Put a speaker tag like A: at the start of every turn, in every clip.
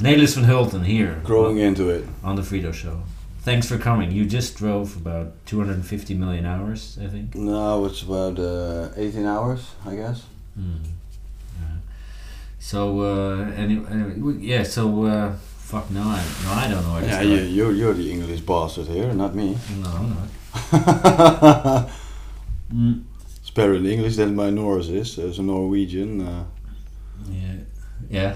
A: Nelis van Hulten here
B: Growing into it.
A: on the Frito Show. Thanks for coming. You just drove about 250 million hours, I think.
B: No, it's about uh, 18 hours, I guess.
A: Mm. Yeah. So uh, any, anyway, we- yeah. So uh, fuck no, I no I don't know where to
B: Yeah,
A: start.
B: you, you're, you're the English bastard here, not me.
A: No, I'm not.
B: it's Hmm.
A: Mm.
B: better in English than my Norse is, as a Norwegian. Uh,
A: Yeah, yeah.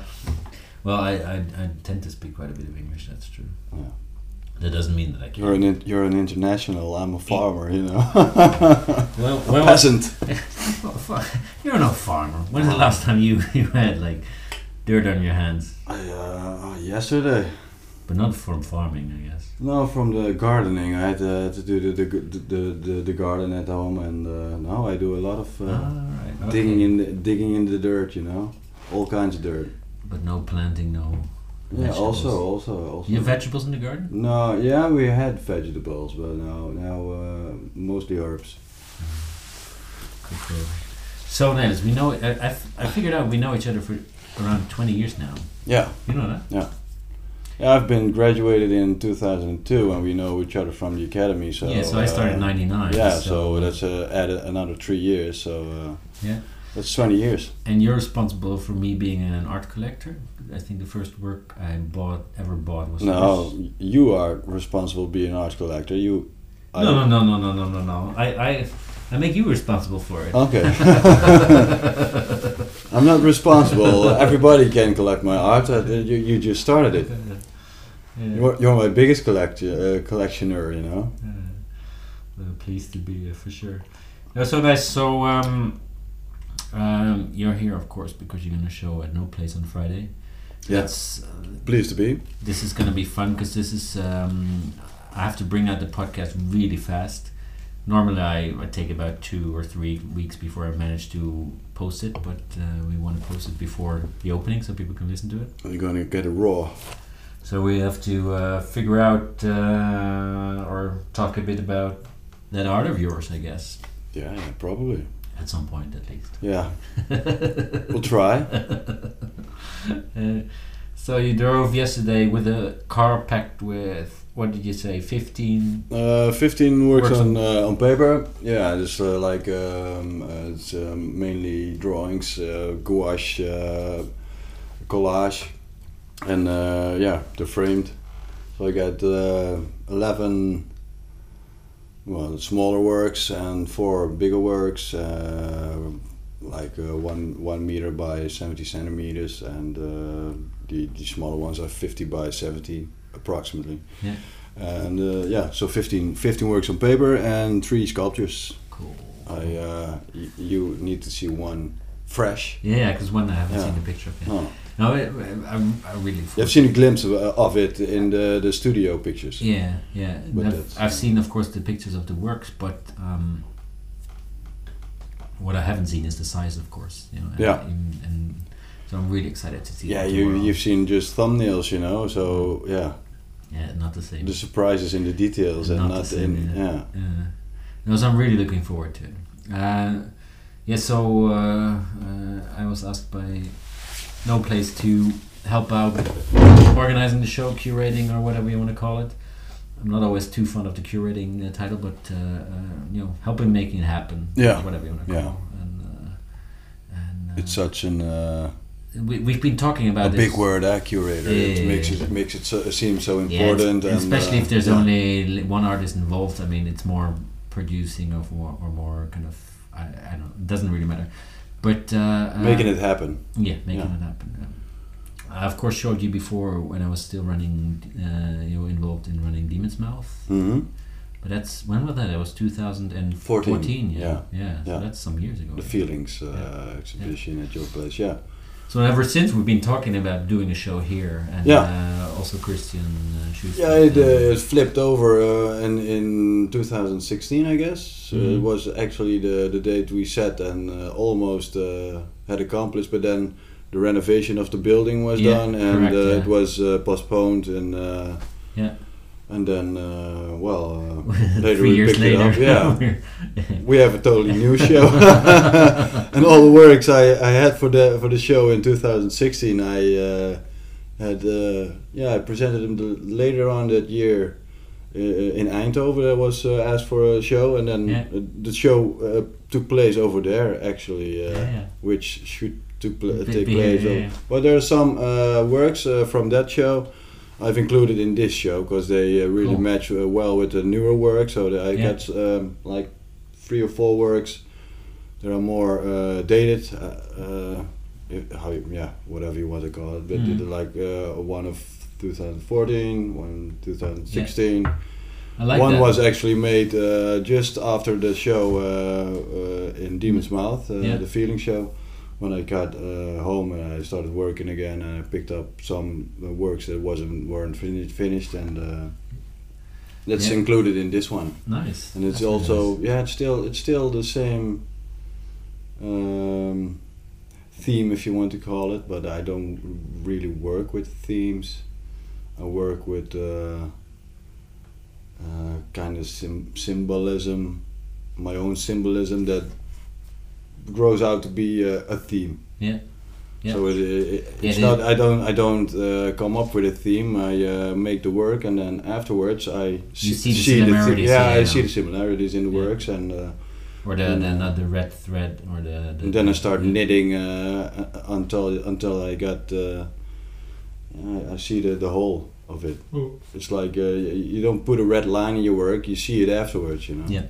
A: Well, I, I I tend to speak quite a bit of English. That's true.
B: Yeah.
A: That doesn't mean that I can.
B: you're, an in, you're an international, I'm a farmer, you know.
A: Well, when was-
B: Peasant.
A: Oh, fuck. You're no farmer. When's the last time you, you had like dirt on your hands?
B: I, uh, yesterday.
A: But not from farming, I guess.
B: No, from the gardening. I had uh, to do the the, g- the, the the garden at home, and uh, now I do a lot of uh,
A: Alright, Ah, okay.
B: digging in the, digging in the dirt. You know, all kinds of dirt.
A: But no planting, no.
B: Yeah,
A: vegetables.
B: also, also, also.
A: You have vegetables in the garden?
B: no, yeah, we had vegetables, but now now uh, mostly herbs.
A: Good for you. So, Nels, we know. I, I, f- I figured out we know each other for around 20 years now.
B: Yeah.
A: You know that?
B: yeah, I've been graduated in 2002, and we know each other from the academy. So
A: yeah, so I started in
B: uh,
A: 99.
B: Yeah, so, that's uh, added another three years. So uh,
A: Yeah.
B: that's 20 years.
A: And you're responsible for me being an art collector. I think the first work I bought ever bought was
B: No, you are responsible being an art collector. You. I-
A: No, no, no, no, no, no, no, no. I, I, I make you responsible for it.
B: Okay. I'm not responsible. Everybody can collect my art. Uh, You, you just started it.
A: Yeah,
B: You're, you're my biggest collector, uh, collectioner, you know.
A: yeah. Uh, pleased Mm. to be uh, for sure. Yeah, so guys, so um, um, you're here of course because you're gonna show at No Place on Friday.
B: Yeah.
A: That's, uh,
B: Pleased to be.
A: this is gonna be fun because this is um, I have to bring out the podcast really fast. Normally I, I take about two or three weeks before I manage to post it, but uh, we want to post it before the opening so people can listen to it.
B: You're gonna get a raw.
A: So we have to uh, figure out uh, or talk a bit about that art of yours, I guess,
B: Yeah, yeah, probably.
A: at some point at least.
B: Yeah, we'll try.
A: Uh, so you drove yesterday with a car packed with what did you say, fifteen?
B: Uh, 15 works,
A: Works
B: on uh, on paper. Yeah, it's uh, like um, uh, it's um, mainly drawings, uh, gouache, uh, collage, and uh, yeah, the framed. So I got uh, 11 well smaller works and four bigger works, uh, like uh, one one meter by 70 centimeters, and uh, the the smaller ones are 50 by 70 approximately.
A: Yeah.
B: And uh, yeah, so 15, 15 works on paper and three sculptures.
A: Cool.
B: I uh, y- you need to see one fresh.
A: Yeah, because one I haven't
B: Yeah.
A: seen the picture of yet.
B: No,
A: No, I, I, I really.
B: you've seen a glimpse of, uh, of it in the, the studio pictures.
A: Yeah, yeah.
B: But
A: I've,
B: that's-
A: I've seen, of course, the pictures of the works, but um, what I haven't seen is the size, of course. You know, and,
B: Yeah.
A: And, and so I'm really excited to see.
B: Yeah,
A: that
B: you
A: tomorrow.
B: you've seen just thumbnails, you know. So yeah,
A: Yeah, not the same.
B: the surprises in the details and
A: Not the
B: not
A: same,
B: in
A: yeah.
B: yeah.
A: Uh, no, so I'm really looking forward to it. Uh, yeah, so uh, uh, I was asked by No Place to help out organizing the show, curating, or whatever you want to call it. I'm not always too fond of the curating uh, title, but uh, uh, you know, helping making it happen.
B: Yeah.
A: whatever you want to call
B: Yeah.
A: it. And, uh, and uh,
B: It's such an uh,
A: we, we've been talking about
B: a
A: this.
B: big word, eh, curator.
A: Yeah,
B: it
A: yeah,
B: makes
A: yeah.
B: it makes it so, seem so
A: Yeah, it's-
B: important. and,
A: especially
B: uh,
A: if there's
B: yeah.
A: only l- one artist involved. I mean, it's more producing of more or more kind of I, I don't. It doesn't really matter. But uh, uh,
B: making it happen.
A: yeah, making
B: yeah.
A: it happen. yeah. I of course showed you before when I was still running, uh, you know, involved in running Demon's Mouth.
B: hmm
A: But that's when was that? It was 2014.
B: Fourteen,
A: yeah,
B: yeah,
A: yeah. So
B: yeah.
A: that's some years ago.
B: The feelings uh, exhibition at your place. Yeah.
A: So ever since we've been talking about doing a show here, and
B: Yeah.
A: uh, also Christian uh, Schuster.
B: Yeah, it, uh,
A: and-
B: it flipped over uh, in in 2016, I guess. Uh,
A: Mhm.
B: it was actually the the date we set and uh, almost uh, had accomplished, but then the renovation of the building was
A: Yeah,
B: done and
A: correct,
B: uh,
A: yeah.
B: it was uh, postponed and. Uh,
A: Yeah.
B: And then, uh, well, uh, later
A: Three
B: we
A: years
B: picked
A: later,
B: it up. Yeah,
A: we're-
B: we have a totally new show, and all the works I, I had for the for the show in 2016, I uh, had uh, yeah I presented him the, later on that year uh, in Eindhoven. That was uh, asked for a show, and then
A: Yeah.
B: uh, the show uh, took place over there actually, uh,
A: yeah, yeah.
B: which should took pla-
A: Be-
B: take
A: be-
B: place.
A: yeah,
B: on-
A: yeah.
B: But there are some uh, works uh, from that show. I've included in this show because they uh, really
A: Cool.
B: match uh, well with the newer work. So that I
A: Yeah.
B: got um, like three or four works that are more uh, dated. Uh, uh, if- how you, yeah, whatever you want to call it, but
A: Mhm.
B: they're like uh, one of 2014, one 2016.
A: I like
B: one
A: that.
B: was actually made uh, just after the show uh, uh, in Demon's Mouth, uh,
A: Mm. Yeah.
B: the Feeling Show. When I got uh, home and I started working again, and I picked up some uh, works that wasn't weren't finished, finished and uh, that's
A: Yeah.
B: included in this one
A: nice.
B: and it's
A: That's
B: also
A: nice.
B: yeah it's still it's still the same um, theme if you want to call it but i don't really work with themes i work with uh, uh, kind of sim- symbolism my own symbolism that grows out to be a, a theme
A: Yeah. Yeah.
B: so it, it,
A: Yeah,
B: it's
A: it
B: not i don't i don't uh, come up with a theme i uh, make the work and then afterwards i
A: You
B: s-
A: see the similarities,
B: yeah,
A: yeah,
B: i see
A: yeah.
B: the similarities in the
A: Yeah.
B: works and, uh,
A: Or the, the not the red thread or the. the
B: and then i start
A: yeah.
B: knitting uh, uh, until until i got uh, I- i see the, the whole of it
A: Oh.
B: it's like uh, y- you don't put a red line in your work you see it afterwards you know
A: Yeah.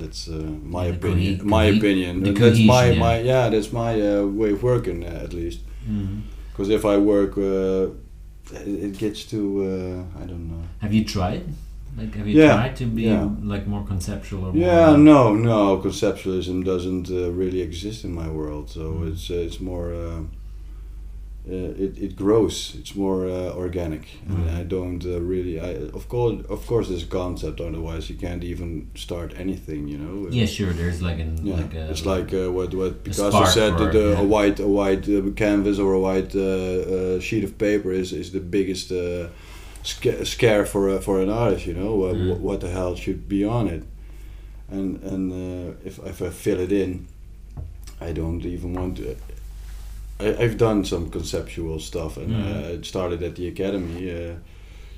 B: that's uh, my
A: The
B: opinion
A: cohe-
B: my
A: cohe-
B: opinion
A: the
B: that's my,
A: cohesion, yeah.
B: my yeah that's my uh, way of working uh, at least
A: Mhm.
B: because if I work, uh, it, it gets to uh, I don't know.
A: Have you tried? Like, have you
B: Yeah,
A: tried to be
B: yeah.
A: like more conceptual or
B: Yeah,
A: more?
B: no, no, conceptualism doesn't uh, really exist in my world. So
A: Mm.
B: it's uh, it's more. Uh, uh, it, it grows. It's more uh, organic, and
A: Mm.
B: I don't uh, really. I of course of course there's a concept. Otherwise, you can't even start anything. You know.
A: Yeah, sure. There's like an
B: Yeah,
A: like a.
B: it's like uh, what what Picasso
A: spark
B: said that
A: or-
B: uh,
A: yeah.
B: a white a white uh, canvas or a white uh, uh, sheet of paper is, is the biggest uh, sca- scare for a, for an artist. You know Wha-
A: Mm.
B: wha- what the hell should be on it, and and uh, if if I fill it in, I don't even want to. I, I've done some conceptual stuff, and
A: Mm.
B: uh, it started at the academy. Uh,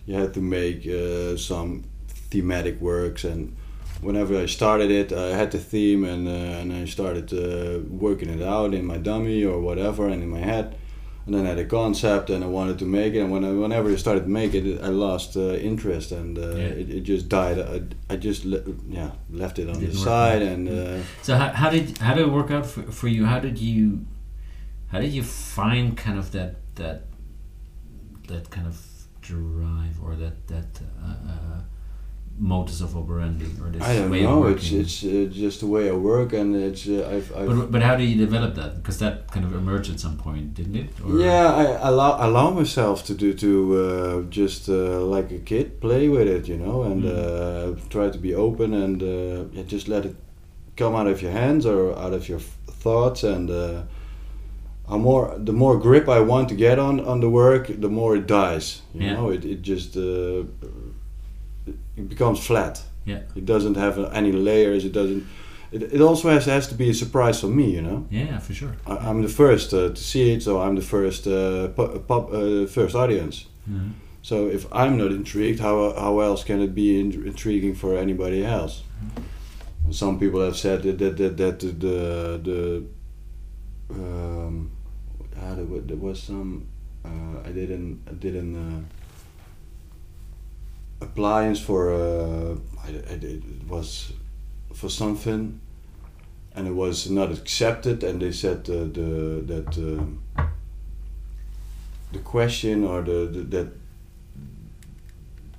B: you had to make uh, some thematic works and whenever I started it, I had the theme and uh, and I started uh, working it out in my dummy or whatever and in my head. And then I had a concept and I wanted to make it. And when I, whenever I started making it, I lost uh, interest and uh,
A: Yeah.
B: it, it just died. I, I just le- yeah left it on the
A: Didn't work.
B: side and uh,
A: So how, how did how did it work out for, for you? How did you how did you find kind of that that that kind of drive or that that uh, uh, modus of operandi or this
B: I don't
A: way
B: know.
A: of
B: It's
A: working?
B: it's uh, just the way I work and it's uh, I've, I've
A: but, but how do you develop that? Because that kind of emerged at some point, didn't it? Or-
B: Yeah, I allow allow myself to do to uh, just uh, like a kid play with it, you know, and
A: Mm.
B: uh, try to be open and uh, yeah, just let it come out of your hands or out of your f- thoughts. And uh, a more the more grip I want to get on on the work, the more it dies. You
A: Yeah.
B: know, it it just uh, it becomes flat.
A: Yeah.
B: it doesn't have any layers. It doesn't. It, it also has has to be a surprise for me, you know.
A: Yeah, for sure.
B: I- I'm the first uh, to see it, so I'm the first uh, pu- pub, uh, first audience.
A: Mhm.
B: So if I'm not intrigued, how how else can it be in- intriguing for anybody else? Some people have said that that that, that the the um, ah, there, wa- there was some uh, I didn't I didn't. Uh, appliance for uh, I, I, it was for something and it was not accepted and they said uh, the that um, the question or the, the that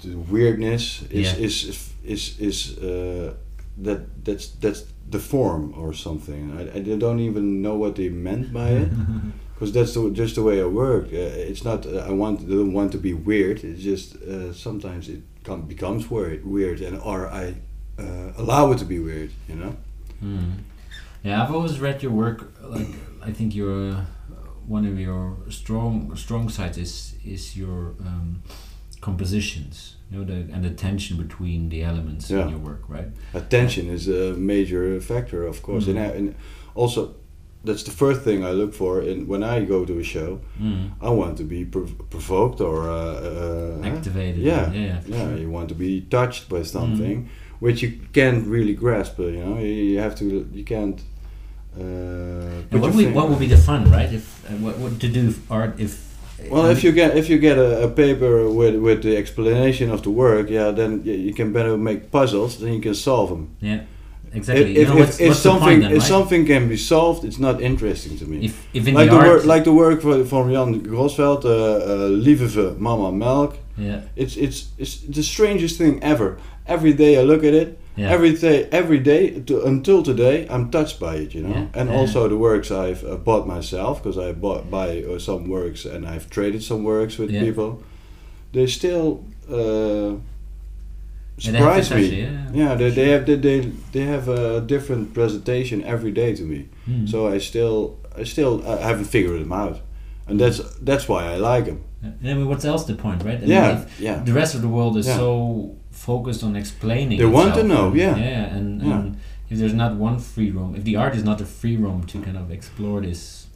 B: the weirdness is
A: Yeah.
B: is is is uh, that that's that's the form or something I, I don't even know what they meant by it
A: Mm-hmm.
B: because that's the, just the way I work. Uh, it's not uh, I want I don't want to be weird. It's just uh, sometimes it com- becomes weird, weird, and or I uh, allow it to be weird. You know.
A: Mm. Yeah, I've always read your work. Like, I think your uh, one of your strong strong sides is is your um, compositions. You know, the, and the tension between the elements in
B: Yeah.
A: your work, right?
B: Attention is a major factor, of course, and, I, and also that's the first thing I look for in when I go to a show.
A: Mm.
B: I want to be prov- provoked or uh, uh, huh?
A: Activated.
B: Yeah,
A: Yeah. for
B: yeah.
A: sure. Mm-hmm.
B: You want to be touched by something, which you can't really grasp. uh, You know, you you have to. You can't. Uh, put
A: And what,
B: your
A: we,
B: finger-
A: what would be the fun, right? If uh, what, what to do if art if
B: Well, if you get if you get a, a paper with with the explanation of the work, yeah, then y- you can better make puzzles. Then you can solve them.
A: yeah exactly
B: If,
A: you
B: if,
A: know,
B: if,
A: what's,
B: if
A: what's
B: something
A: the point then,
B: if
A: right?
B: something can be solved, it's not interesting to me.
A: if, if in
B: like
A: the,
B: the
A: art
B: work like the work for, from Jan Grosveld, uh, uh, Lieve Mama Melk.
A: yeah
B: It's it's it's the strangest thing ever. Every day I look at it.
A: yeah
B: Every day, every day to, until today, I'm touched by it, you know.
A: Yeah,
B: And
A: yeah.
B: also the works I've uh, bought myself because I bought buy uh, some works and I've traded some works with
A: Yeah.
B: people. They still uh,
A: Yeah, they have to
B: surprise
A: touch
B: me.
A: it, yeah,
B: yeah, they,
A: for
B: they
A: sure.
B: have they, they they have a different presentation every day to me.
A: Mm.
B: So I still I still I haven't figured them out, and that's that's why I like them.
A: Yeah, I mean, what's else the point, right? I mean,
B: yeah,
A: if
B: yeah.
A: The rest of the world is
B: Yeah.
A: so focused on explaining.
B: They want to
A: itself,
B: know,
A: and-
B: yeah.
A: Yeah, and,
B: Yeah.
A: and if there's not one free room, if the art is not a free room to kind of explore this.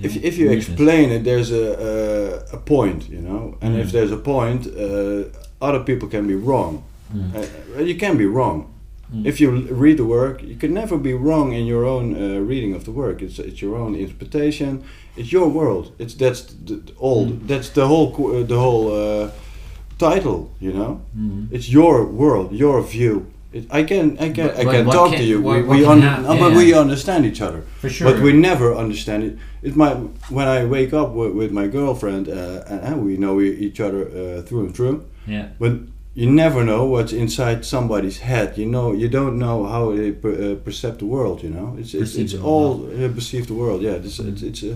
B: if,
A: know,
B: if you
A: weirdness.
B: explain it there's a, a, a point you know and if
A: Mm.
B: there's a point uh, other people can be wrong
A: Mm.
B: Uh, uh, you can be wrong
A: Mm.
B: if you l- read the work you can never be wrong in your own uh, reading of the work it's, it's your own interpretation it's your world it's that's the, the all
A: Mm.
B: that's the whole qu- uh, the whole uh, title you know
A: Mm.
B: it's your world your view it, I can I can
A: But-
B: I
A: but
B: can
A: what
B: talk
A: can-
B: to you
A: what-
B: we,
A: what
B: we,
A: can
B: un-
A: hap-
B: uh,
A: yeah,
B: but
A: yeah.
B: we understand each other
A: For sure.
B: but we never understand it. It my when I wake up with, with my girlfriend, uh, and, and we know we, each other uh, through and through.
A: yeah.
B: But you never know what's inside somebody's head. You know, you don't know how they per, uh, perceive the world. You know, it's it's,
A: Perceive
B: it's
A: the
B: all
A: world, Mm-hmm.
B: uh, perceive the world. Yeah, it's it's, it's a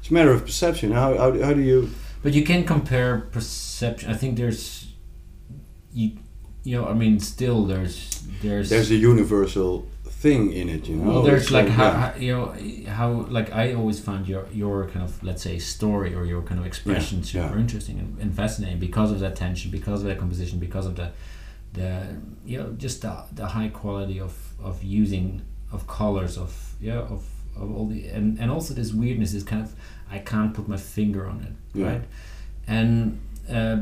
B: it's a matter of perception. How how, how do you?
A: But you can compare perception. I think there's, you, you know, I mean, still there's there's
B: There's a universal thing in it. You know,
A: Well, there's
B: It's
A: like how,
B: Oh, yeah.
A: how you know how like I always found your your kind of let's say story or your kind of expression super
B: yeah.
A: interesting and, and fascinating because of that tension, because of that composition, because of the the you know just the, the high quality of of using of colors of yeah of of all the and and also this weirdness is kind of I can't put my finger on it
B: Yeah.
A: right and. Uh,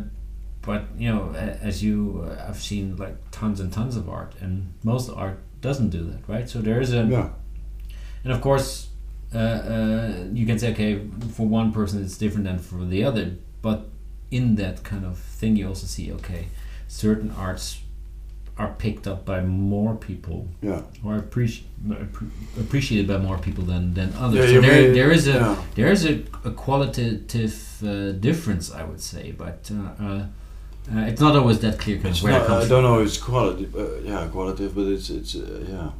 A: but you know, a- as you, uh, I've seen like tons and tons of art, and most art doesn't do that, right? So there is a,
B: yeah
A: and of course, uh, uh, you can say, okay, for one person it's different than for the other, but in that kind of thing, you also see, okay, certain arts are picked up by more people
B: yeah
A: or appreci- appre- appreciated by more people than, than others.
B: Yeah,
A: so
B: you
A: there,
B: may-
A: there is a
B: yeah.
A: there is a, a qualitative uh, difference, I would say, but uh, uh, uh, it's not always that clear kind
B: It's
A: of where it
B: not-
A: comes
B: I don't know. It's quality. Uh, yeah, qualitative, but it's it's uh, yeah.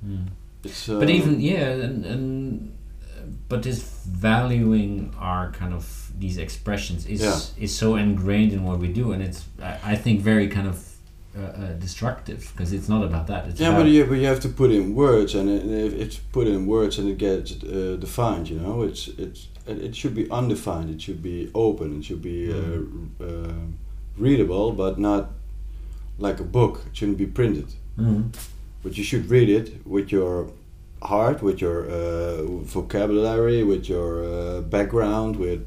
A: from. Mm.
B: It's uh,
A: but even yeah and, and uh, but this valuing our kind of these expressions is
B: Yeah.
A: is so ingrained in what we do and it's i, I think very kind of uh, uh, destructive because it's not about that it's
B: Yeah,
A: about
B: but you, but you have to put in words, and it- if it's put in words and it gets uh, defined, you know, it's it's it, it should be undefined. It should be open. It should be uh, uh, readable, but not like a book. It shouldn't be printed.
A: Mhm.
B: But you should read it with your heart, with your uh, vocabulary, with your uh, background. With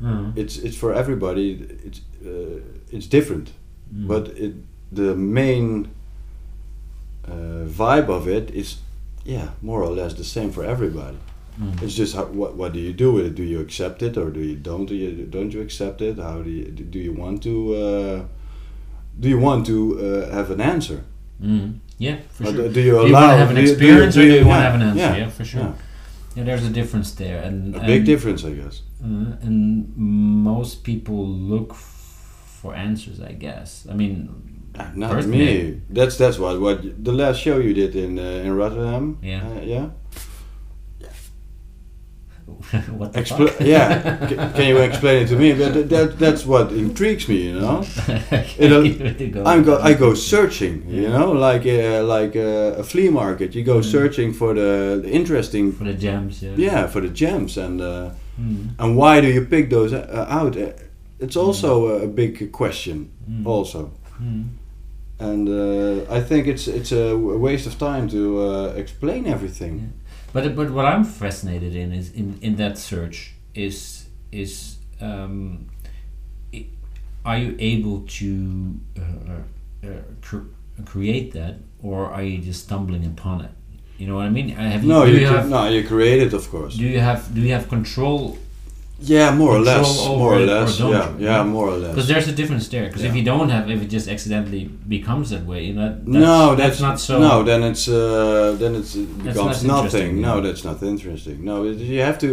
A: Mhm.
B: it's it's for everybody. It's uh, it's different
A: Mm.
B: but it the main uh, vibe of it is yeah more or less the same for everybody
A: Mm.
B: it's just how, what what do you do with it do you accept it or do you don't do you don't you accept it how do you do you want to uh, do you want to uh, have an answer
A: Mm. yeah for
B: Or
A: sure
B: do, do you
A: do you want
B: allow
A: to have an
B: do you- do you-
A: experience
B: do
A: or do you want
B: yeah,
A: to have an answer yeah,
B: yeah,
A: for sure yeah.
B: yeah.
A: there's a difference there and
B: a
A: and,
B: big difference i guess
A: Uh, and most people look f- for answers i guess i mean
B: not
A: personally,
B: me that's that's what what y- the last show you did in uh, in rotterdam
A: Yeah.
B: uh, yeah
A: what the fuck?
B: Expl- yeah, C- can you explain it to me? But that, that that's what intrigues me, you know. You know, I'm go I go searching, you know, like uh, like uh, a flea market. You
A: Mm.
B: go searching for the, the interesting,
A: for the gems. Yeah.
B: yeah, for the gems, and uh,
A: Mm.
B: and why do you pick those uh, out? Uh, It's also a- a big question,
A: Mm.
B: also.
A: Mm.
B: And uh, I think it's it's a w- waste of time to uh, explain everything.
A: But but what I'm fascinated in is in in that search is is um, i- are you able to uh, uh, cr- create that or are you just stumbling upon it? You know what I mean? Uh, Have you,
B: No,
A: do
B: you,
A: you
B: cre-
A: have
B: no, you create it, of course.
A: do you have do you have control?
B: yeah, more or
A: control
B: less,
A: over
B: more
A: it
B: or
A: or
B: less.
A: don't
B: yeah,
A: you?
B: yeah, more or
A: Because
B: less.
A: there's a difference there. Because if
B: Yeah.
A: you don't have, if it just accidentally becomes that way, you know, that's,
B: no, that's,
A: not so.
B: No, then it's uh, then it's, it
A: That's
B: becomes
A: not
B: nothing.
A: interesting,
B: No,
A: yeah.
B: that's not interesting. No, it, you have to.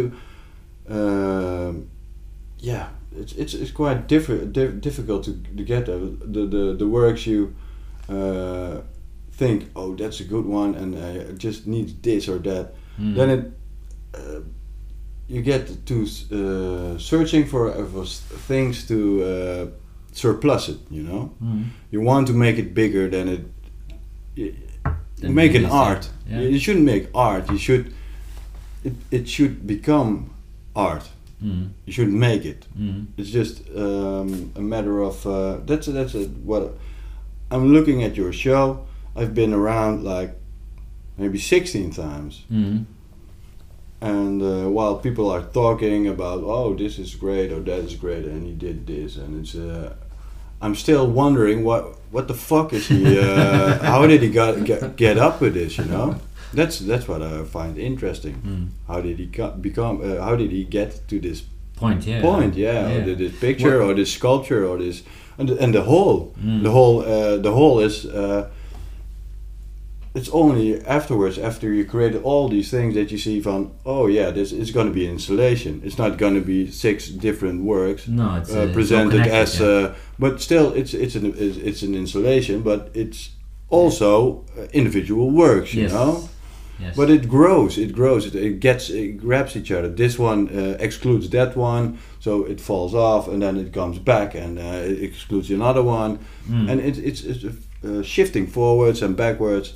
B: um yeah, it's it's it's quite diffi- diff- difficult to, to get there. the the the works you. Uh, think oh that's a good one and I just need this or that
A: Mm.
B: then it uh, you get to uh, searching for, uh, for s- things to uh, surplus it you know
A: Mm.
B: you want to make it bigger than it you
A: Than
B: make
A: it
B: an
A: is,
B: art
A: yeah.
B: you shouldn't make art you should it, it should become art
A: Mm.
B: you shouldn't make it
A: Mm.
B: it's just um, a matter of uh, that's that's it. what I'm looking at your show I've been around like maybe 16 times
A: Mm.
B: and uh, while people are talking about oh this is great or that is great and he did this and it's uh, I'm still wondering what what the fuck is he uh, how did he got, get get up with this you know that's that's what I find interesting
A: Mm.
B: how did he co- become uh, how did he get to this
A: Point. Yeah.
B: point yeah, or th- this picture or this sculpture or this and, the- and the whole
A: Mm.
B: the whole uh, the whole is uh, it's only afterwards after you created all these things that you see from oh yeah this is going to be an installation it's not going to be six different works
A: No, it's uh,
B: uh,
A: it's all
B: presented
A: connected,
B: as
A: yeah.
B: uh, but still it's it's an it's, it's an installation but it's also uh, individual works you
A: Yes.
B: know
A: Yes.
B: but it grows, it grows, it, it gets, it grabs each other. This one uh, excludes that one, so it falls off, and then it comes back and uh, it excludes another one,
A: Mm.
B: and it, it's it's uh, shifting forwards and backwards,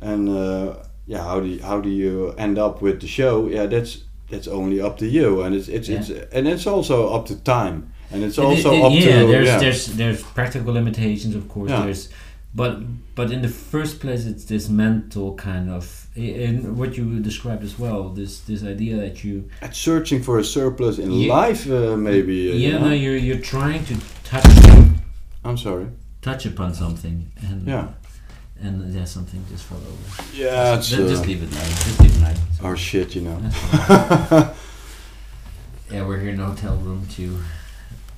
B: and uh, yeah, how do you, how do you end up with the show? Yeah, that's that's only up to you, and it's it's, it's and it's also up to time, and it's
A: It-
B: also
A: it-
B: up
A: yeah,
B: to
A: there's
B: yeah.
A: there's there's practical limitations, of course.
B: Yeah.
A: There's, but but in the first place, it's this mental kind of and what you described as well. This this idea that you
B: It's searching for a surplus in
A: Yeah.
B: life, uh, maybe. uh, you
A: yeah,
B: know?
A: no, you're you're trying to touch
B: I'm sorry.
A: touch upon something and
B: Yeah.
A: and yeah something just fell over.
B: Yeah, it's,
A: Just, just
B: uh,
A: leave it like just leave it like.
B: our Oh, shit, you know.
A: yeah, we're here in a hotel room too.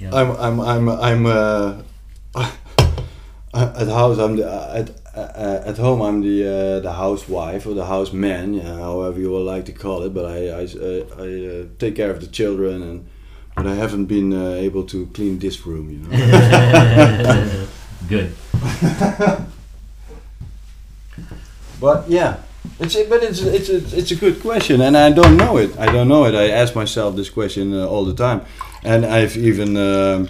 A: Yeah.
B: I'm I'm I'm I'm uh, at house. I'm the at uh, at home. I'm the uh, the housewife or the houseman, yeah, however you would like to call it. But I I, uh, I uh, take care of the children and. But I haven't been uh, able to clean this room, you know.
A: Good.
B: but yeah, it's a- but it's it's a, it's a good question, and I don't know it. I don't know it. I ask myself this question uh, all the time, and I've even um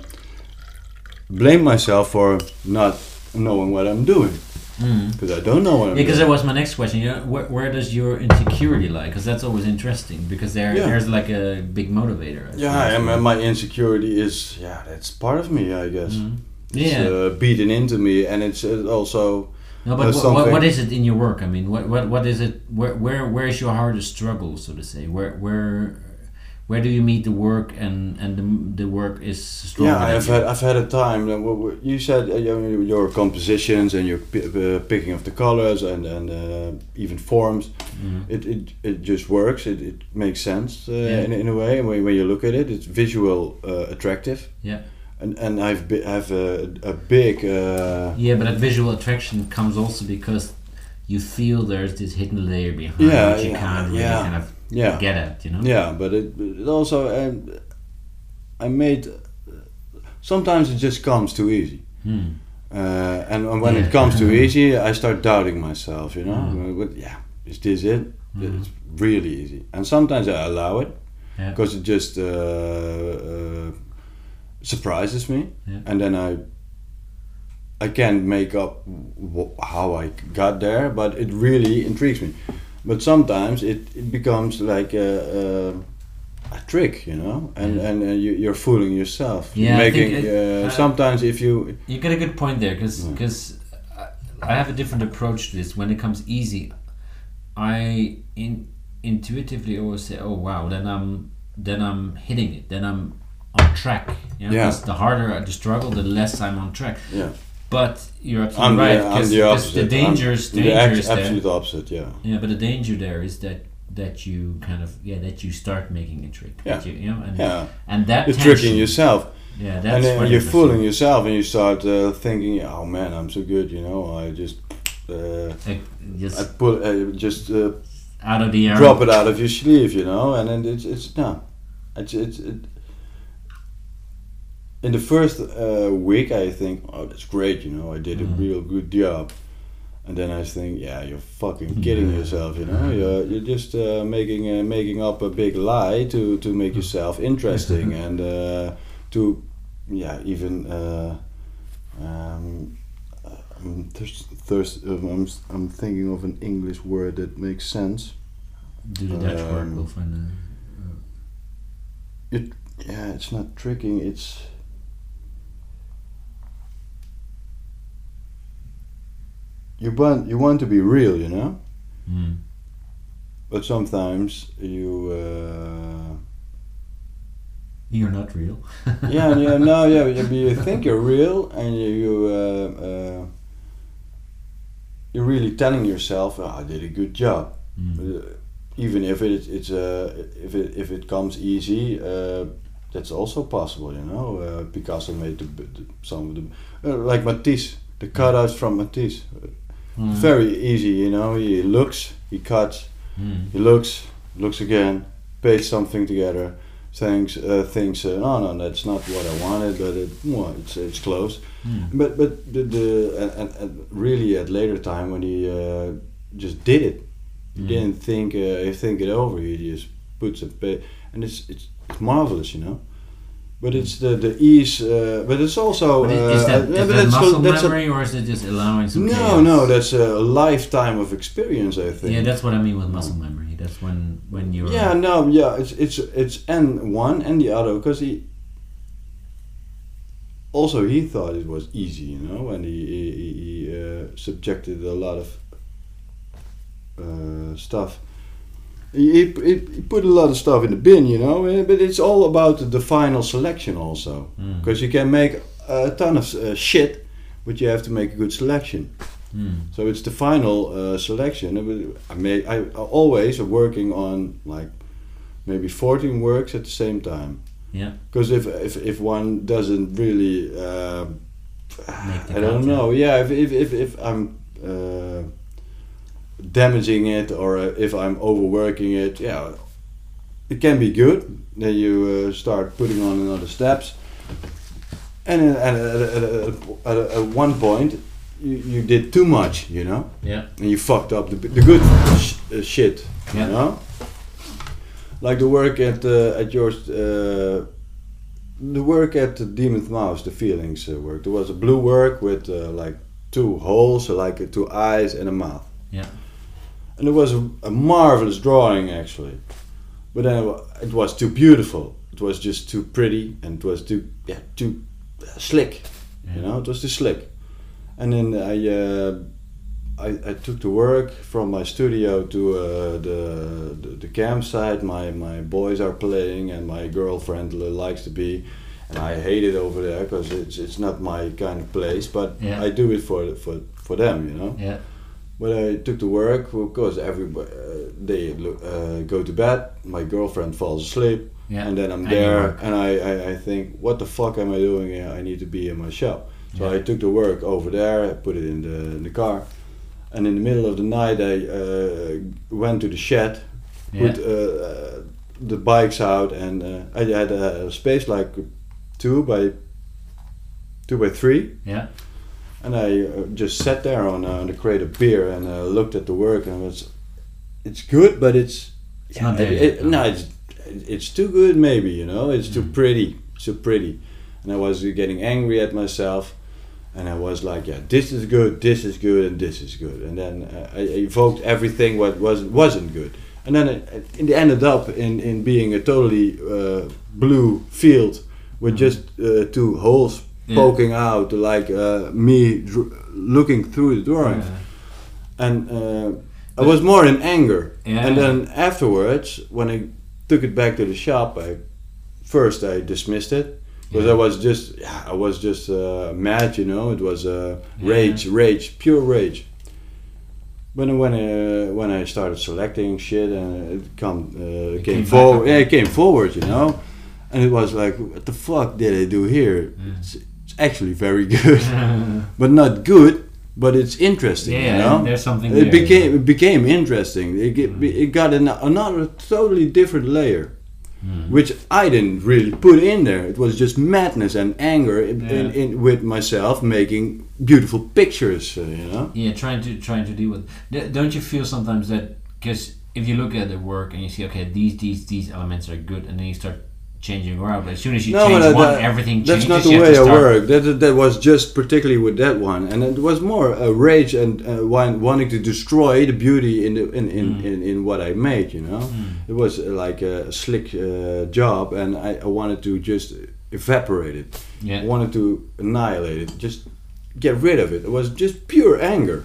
B: blamed myself for not knowing what I'm doing.
A: Mm.
B: Because I don't know what I'm
A: Yeah, because
B: doing.
A: that was my next question. You know, where, where does your insecurity lie? Because that's always interesting. Because there,
B: Yeah.
A: there's like a big motivator. I
B: yeah,
A: think.
B: and my- my insecurity is yeah, that's part of me, I guess.
A: Mhm.
B: It's
A: Yeah.
B: uh, beaten into me, and it's uh, also
A: no, but
B: there's
A: wh- what, what
B: something-
A: is it in your work? I mean, what, what, what is it? Where, where, where is your hardest struggle, so to say? Where, where, where do you meet the work and and the, the work is stronger?
B: yeah.
A: than
B: I've
A: you?
B: had I've had a time. that wh- wh- You said uh, your, your compositions and your pi uh, picking of the colors and and uh, even forms.
A: Mhm.
B: It, it it just works. It, it makes sense uh,
A: Yeah.
B: in, in a way. When, when you look at it, it's visual uh, attractive.
A: Yeah.
B: And and I've bi- have a, a big. Uh,
A: Yeah, but that visual attraction comes also because you feel there's this hidden layer behind
B: Yeah,
A: which you
B: yeah,
A: can't really
B: yeah.
A: kind of
B: yeah.
A: get at, you know?
B: Yeah, but it, it also um, I made sometimes it just comes too easy,
A: Hmm.
B: uh, and and when
A: Yeah. Mm-hmm.
B: it comes too easy, I start doubting myself. You know, Uh, but yeah, is this it? It's really easy, and sometimes I allow it
A: Mm-hmm. Yeah.
B: because it just uh, uh, surprises me,
A: Yeah.
B: and then I. I can't make up w- how I got there, but it really intrigues me. But sometimes it, it becomes like a, a, a trick, you know, and and uh, you, you're fooling yourself.
A: Yeah, I
B: making
A: think it-
B: uh,
A: I-
B: sometimes if you
A: You get a good point there, because
B: Mm.
A: I have a different approach to this. When it comes easy, I in intuitively always say, "Oh wow," then I'm then I'm hitting it. Then I'm on track. You know,
B: Yeah.
A: 'cause The harder I- the struggle, the less I'm on track.
B: Yeah.
A: But you're absolutely
B: I'm,
A: right
B: the, I'm
A: because
B: the
A: the
B: opposite. I'm
A: danger is
B: the
A: danger
B: act-
A: is there.
B: absolute opposite. Yeah.
A: Yeah, but the danger there is that that you kind of yeah that you start making a trick. that You, you know, and,
B: Yeah.
A: and that
B: You're
A: tension,
B: tricking yourself,
A: Yeah,
B: and
A: that's
B: then
A: what
B: you're
A: it is.
B: fooling yourself, and you start uh, thinking, "Oh man, I'm so good," you know. I just, uh,
A: Like,
B: I
A: just
B: pull, I just uh,
A: out of the air.
B: drop it out of your sleeve, you know, and then it's it's no, it's it's it. In the first uh, week, I think, oh, that's great, you know, I did a
A: Mhm.
B: real good job, and then I think, yeah, you're fucking kidding yourself, you know, you're you're just uh, making uh, making up a big lie to to make yourself interesting and uh, to, yeah, even. Uh, um, I'm thirst, thirst, um, I'm, I'm thinking of an English word that makes sense.
A: Do the Dutch word.
B: Um,
A: We'll find a,
B: Yeah, it's not tricking. It's you want you want to be real, you know.
A: Mm.
B: But sometimes you, uh,
A: You're not real.
B: yeah, yeah, no, yeah, but you, you think you're real, and you you, uh, uh, you're really telling yourself, oh, "I did a good job."
A: Mm.
B: Uh, even if it, it's uh, if it if it comes easy, uh, that's also possible, you know. Uh, Picasso made the, b- the, some of the uh, like Matisse, the cutouts from Matisse,
A: Mm.
B: very easy, you know. He looks, he cuts,
A: Mm.
B: he looks, looks again, pastes something together, thinks uh, thinks, uh, no, no, that's not what I wanted, but it, well, it's it's close.
A: Mm.
B: But but the, the and, and, and really at later time when he uh, just did it, he
A: Mm.
B: didn't think uh, think it over. He just puts a pa and it's it's, it's marvelous, you know. But it's the the ease. Uh, but it's also
A: But is, is
B: uh,
A: that,
B: uh,
A: is
B: but
A: that
B: that's
A: muscle
B: a- that's a-
A: memory or is it just allowing some
B: no
A: chaos?
B: no that's a lifetime of experience. I think.
A: yeah, that's what I mean with muscle memory. That's when when you're
B: Mm. Yeah, no, yeah, it's it's it's and one and the other because he also he thought it was easy, you know, and he he, he, he uh, subjected a lot of uh, stuff. He, he, he- he put a lot of stuff in the bin, you know, eh, but it's all about the final selection also
A: Mm.
B: because you can make a ton of uh, shit, but you have to make a good selection.
A: Mm.
B: So it's the final uh, selection. It was- I made I I always working on like maybe fourteen works at the same time.
A: Yeah.
B: Because if, if if one doesn't really, uh,
A: Make the
B: I don't
A: cut,
B: know. Yeah. If if if, if I'm uh, damaging it or uh, if I'm overworking it, yeah, it can be good. Then you uh, start putting on another steps. And at, at, at, at, at, at one point, you, you did too much, you know
A: Yeah.
B: and you fucked up the, the good sh- uh, shit,
A: Yeah.
B: you know. Like the work at uh, at yours, uh, the work at the Demon's Mouse, the feelings uh, work. There was a blue work with uh, like two holes, so like uh, two eyes and a mouth.
A: Yeah.
B: And it was a, a marvelous drawing actually, but then it wa- it was too beautiful. It was just too pretty, and it was too yeah too uh, slick. You know, it was too slick. And then I, uh, I, I took the work from my studio to uh, the, the the campsite. My my boys are playing, and my girlfriend li- likes to be. And I hate it over there because it's it's not my kind of place. But
A: Yeah.
B: I do it for for for them, you know.
A: Yeah.
B: When I took to work, well, of course, every uh, they lo- uh, go to bed. My girlfriend falls asleep,
A: Yeah.
B: and then I'm
A: And you
B: there,
A: work.
B: and I, I, I think, what the fuck am I doing here? I need to be in my shop. So
A: Yeah.
B: I took the work over there, I put it in the in the car, and in the middle of the night, I uh, went to the shed,
A: Yeah.
B: put uh, uh, the bikes out, and uh, I had a space like two by two by three.
A: Yeah.
B: And I uh, just sat there on, uh, on the crate of beer and uh, looked at the work and it's it's good, but it's
A: It's not there
B: it-
A: yet,
B: it-
A: no. Mm.
B: no, it's it's too good maybe you know it's too pretty, it's too pretty, and I was getting angry at myself, and I was like, yeah, this is good, this is good, and this is good, and then uh, I I evoked everything what was wasn't good, and then it, it it ended up in in being a totally uh, blue field with
A: Mm.
B: just uh, two holes
A: Yeah.
B: poking out like uh, me dr- looking through the drawing
A: Yeah.
B: and uh, I was more in anger.
A: Yeah.
B: And then afterwards, when I took it back to the shop, I first I dismissed it because
A: Yeah.
B: I was just yeah, I was just uh, mad, you know. It was uh,
A: Yeah.
B: rage, rage, pure rage. But then when uh, when I started selecting shit and it come
A: came
B: uh, came
A: back up.
B: forward, yeah, it came forward, you know. And it was like, what the fuck did I do here?
A: Yeah.
B: It's, it's actually very good,
A: yeah,
B: but not good. But it's interesting, you know
A: there's something.
B: it
A: there.
B: became it became interesting. It, ge- it got an, another totally different layer,
A: Mm.
B: which I didn't really put in there. It was just madness and anger in, in,
A: Yeah.
B: in, with myself making beautiful pictures. Uh, you know.
A: Yeah, trying to trying to deal with. D- don't you feel sometimes that because if you look at the work and you see okay these these these elements are good and then you start changing around, but as soon as you change
B: but uh,
A: one, everything
B: that's
A: changes.
B: not the
A: you have
B: way
A: to
B: I
A: start-
B: work. That, that that was just particularly with that one, and it was more a rage and uh, wan- wanting to destroy the beauty in the, in, in,
A: Mm.
B: in, in what I made. You know, it was uh, like a slick uh, job, and I, I wanted to just evaporate it.
A: Yeah.
B: I wanted to annihilate it, just get rid of it. It was just pure anger.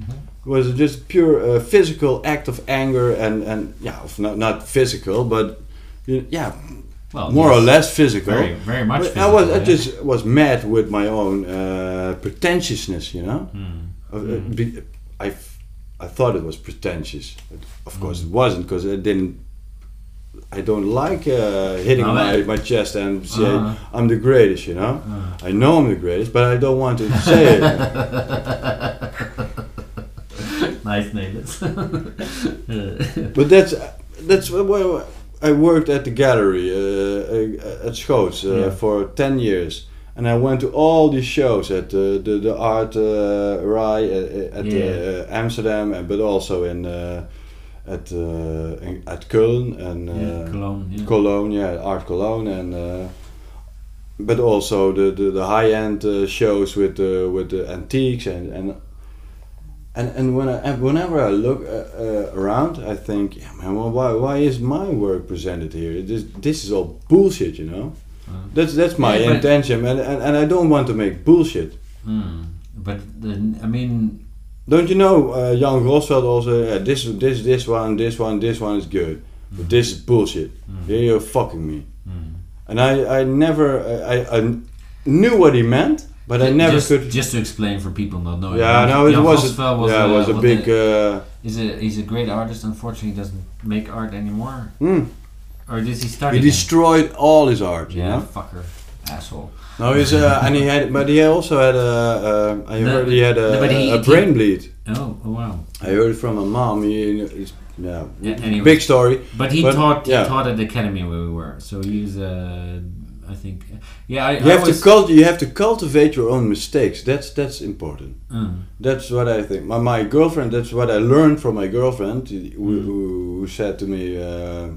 A: Mm-hmm.
B: It was just pure uh, physical act of anger, and and yeah, of not not physical, but you- yeah,
A: Well,
B: more or
A: yes,
B: less physical.
A: Very, very much.
B: But I was
A: physical,
B: I
A: yeah.
B: just was mad with my own uh, pretentiousness, you know.
A: Mm-hmm.
B: Uh, uh, be- I f- I thought it was pretentious. It- Of course, it wasn't because I didn't. I don't like uh, hitting
A: No,
B: my,
A: but-
B: my chest and say
A: Uh-huh.
B: I'm the greatest, you know. I know I'm the greatest, but I don't want to say it.
A: Hmm. nice names.
B: But that's that's wh- wh- I worked at the gallery uh, uh, at Schoots uh,
A: Yeah.
B: for ten years, and I went to all these shows at the the, the art uh, Rai uh, at
A: Yeah.
B: uh, Amsterdam, uh, but also in uh, at uh, in, at Köln and uh,
A: yeah, Cologne. Yeah.
B: Cologne, yeah, Art Cologne, and uh, but also the the, the high end uh, shows with uh, with the antiques and and and, and when I, and whenever I look uh, uh, around, I think, yeah, man, well, why why is my work presented here? This this is all bullshit, you know.
A: Uh.
B: That's that's my
A: Yeah, but-
B: intention, and, and and I don't want to make bullshit.
A: Hmm. But the, I mean,
B: Don't you know, uh, Jan Rosveld also? Yeah, this this this one, this one, this one is good, but this is bullshit. Here you're fucking me.
A: hmm.
B: And I, I never, I, I- I knew what he meant, but I never
A: just,
B: could.
A: Just to explain for people not knowing.
B: yeah, no, it
A: Jan
B: was,
A: Vosveld
B: a, yeah, it
A: uh,
B: was a
A: what
B: big.
A: the-
B: Uh,
A: He's a he's a great artist. Unfortunately, he doesn't make art anymore.
B: hmm,
A: Or did he start?
B: he
A: again?
B: destroyed all his art.
A: yeah,
B: You know?
A: fucker, asshole.
B: No, he's uh, and he had, but he also had a. Uh, I
A: No,
B: heard he had a,
A: no, but he-
B: a
A: he-
B: brain bleed.
A: Oh, oh wow.
B: I heard it from a mom. He, he's, yeah,
A: Yeah, anyway.
B: big story.
A: But he
B: But,
A: taught
B: yeah.
A: he taught at the academy where we were. So he's uh, I think yeah. I,
B: You
A: I
B: have to
A: was-
B: cult, You have to cultivate your own mistakes. That's that's important.
A: Mm,
B: That's what I think. My, my girlfriend, that's what I learned from my girlfriend, who, who,
A: Mm-hmm.
B: who said to me, uh,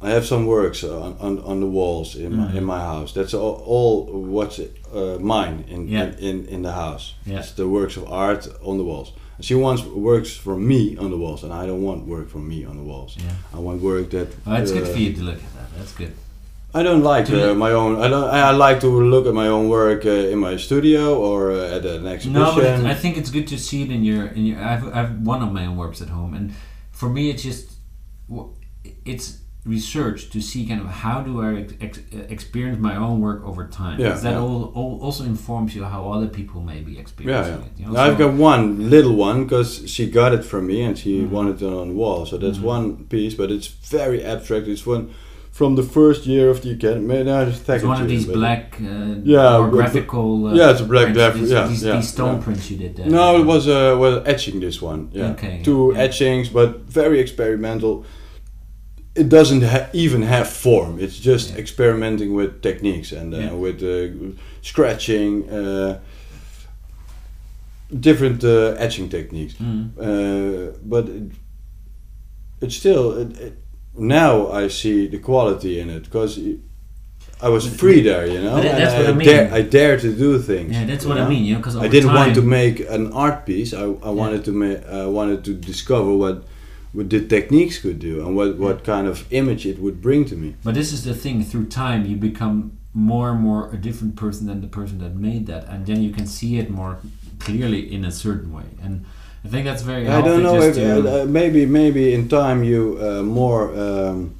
B: I have some works on, on, on the walls in, my,
A: Mm-hmm.
B: in my house. That's all, all what's uh, mine in,
A: Yeah.
B: in, in, in the house.
A: Yeah.
B: It's the works of art on the walls. She wants works from me on the walls, and I don't want work from me on the walls.
A: yeah.
B: I want work that.
A: Well, it's good
B: uh,
A: for you to look at that. That's good.
B: I don't like
A: To
B: uh, my own. I don't. I I like to look at my own work uh, in my studio or uh, at an exhibition.
A: No, but it, I think it's good to see it in your in your. I've I've one of my own works at home, and for me, it's just w- it's research to see kind of how do I ex- experience my own work over time.
B: Yeah,
A: 'Cause that
B: yeah.
A: All, all, also informs you how other people may be
B: Yeah,
A: experiencing
B: yeah.
A: it. You know?
B: Now I've
A: So-
B: got one little one because she got it from me and she
A: Mm-hmm.
B: wanted it on the wall. So that's one piece, but it's very abstract. It's one from the first year of the academy. Maybe not the
A: It's
B: second
A: one of
B: year,
A: these
B: but-
A: black, uh,
B: Yeah,
A: or
B: but-
A: graphical. Uh,
B: yeah, it's a black
A: prints,
B: graph-
A: These,
B: yeah,
A: these,
B: yeah,
A: these stone
B: yeah.
A: prints you did. There.
B: No, it was uh, well etching this one. Yeah,
A: Okay,
B: two
A: yeah.
B: etchings, but very experimental. It doesn't ha- even have form. It's just
A: Yeah.
B: experimenting with techniques and uh,
A: Yeah.
B: with uh, scratching, uh, different uh, etching techniques.
A: Mm.
B: Uh, but it, it's still it, it, now I see the quality in it because I was free there, you know.
A: But
B: and
A: that's what I mean.
B: Dare, I dare to do things.
A: Yeah, that's
B: you
A: what I
B: know?
A: mean. You know, because
B: I didn't want to make an art piece. I, I wanted to make. I wanted to discover what what the techniques could do and what what kind of image it would bring to me.
A: But this is the thing. Through time, you become more and more a different person than the person that made that, and then you can see it more clearly in a certain way. And I think that's very.
B: I
A: healthy
B: don't know if
A: just um,
B: uh,
A: to-
B: uh, maybe maybe in time you uh, more um,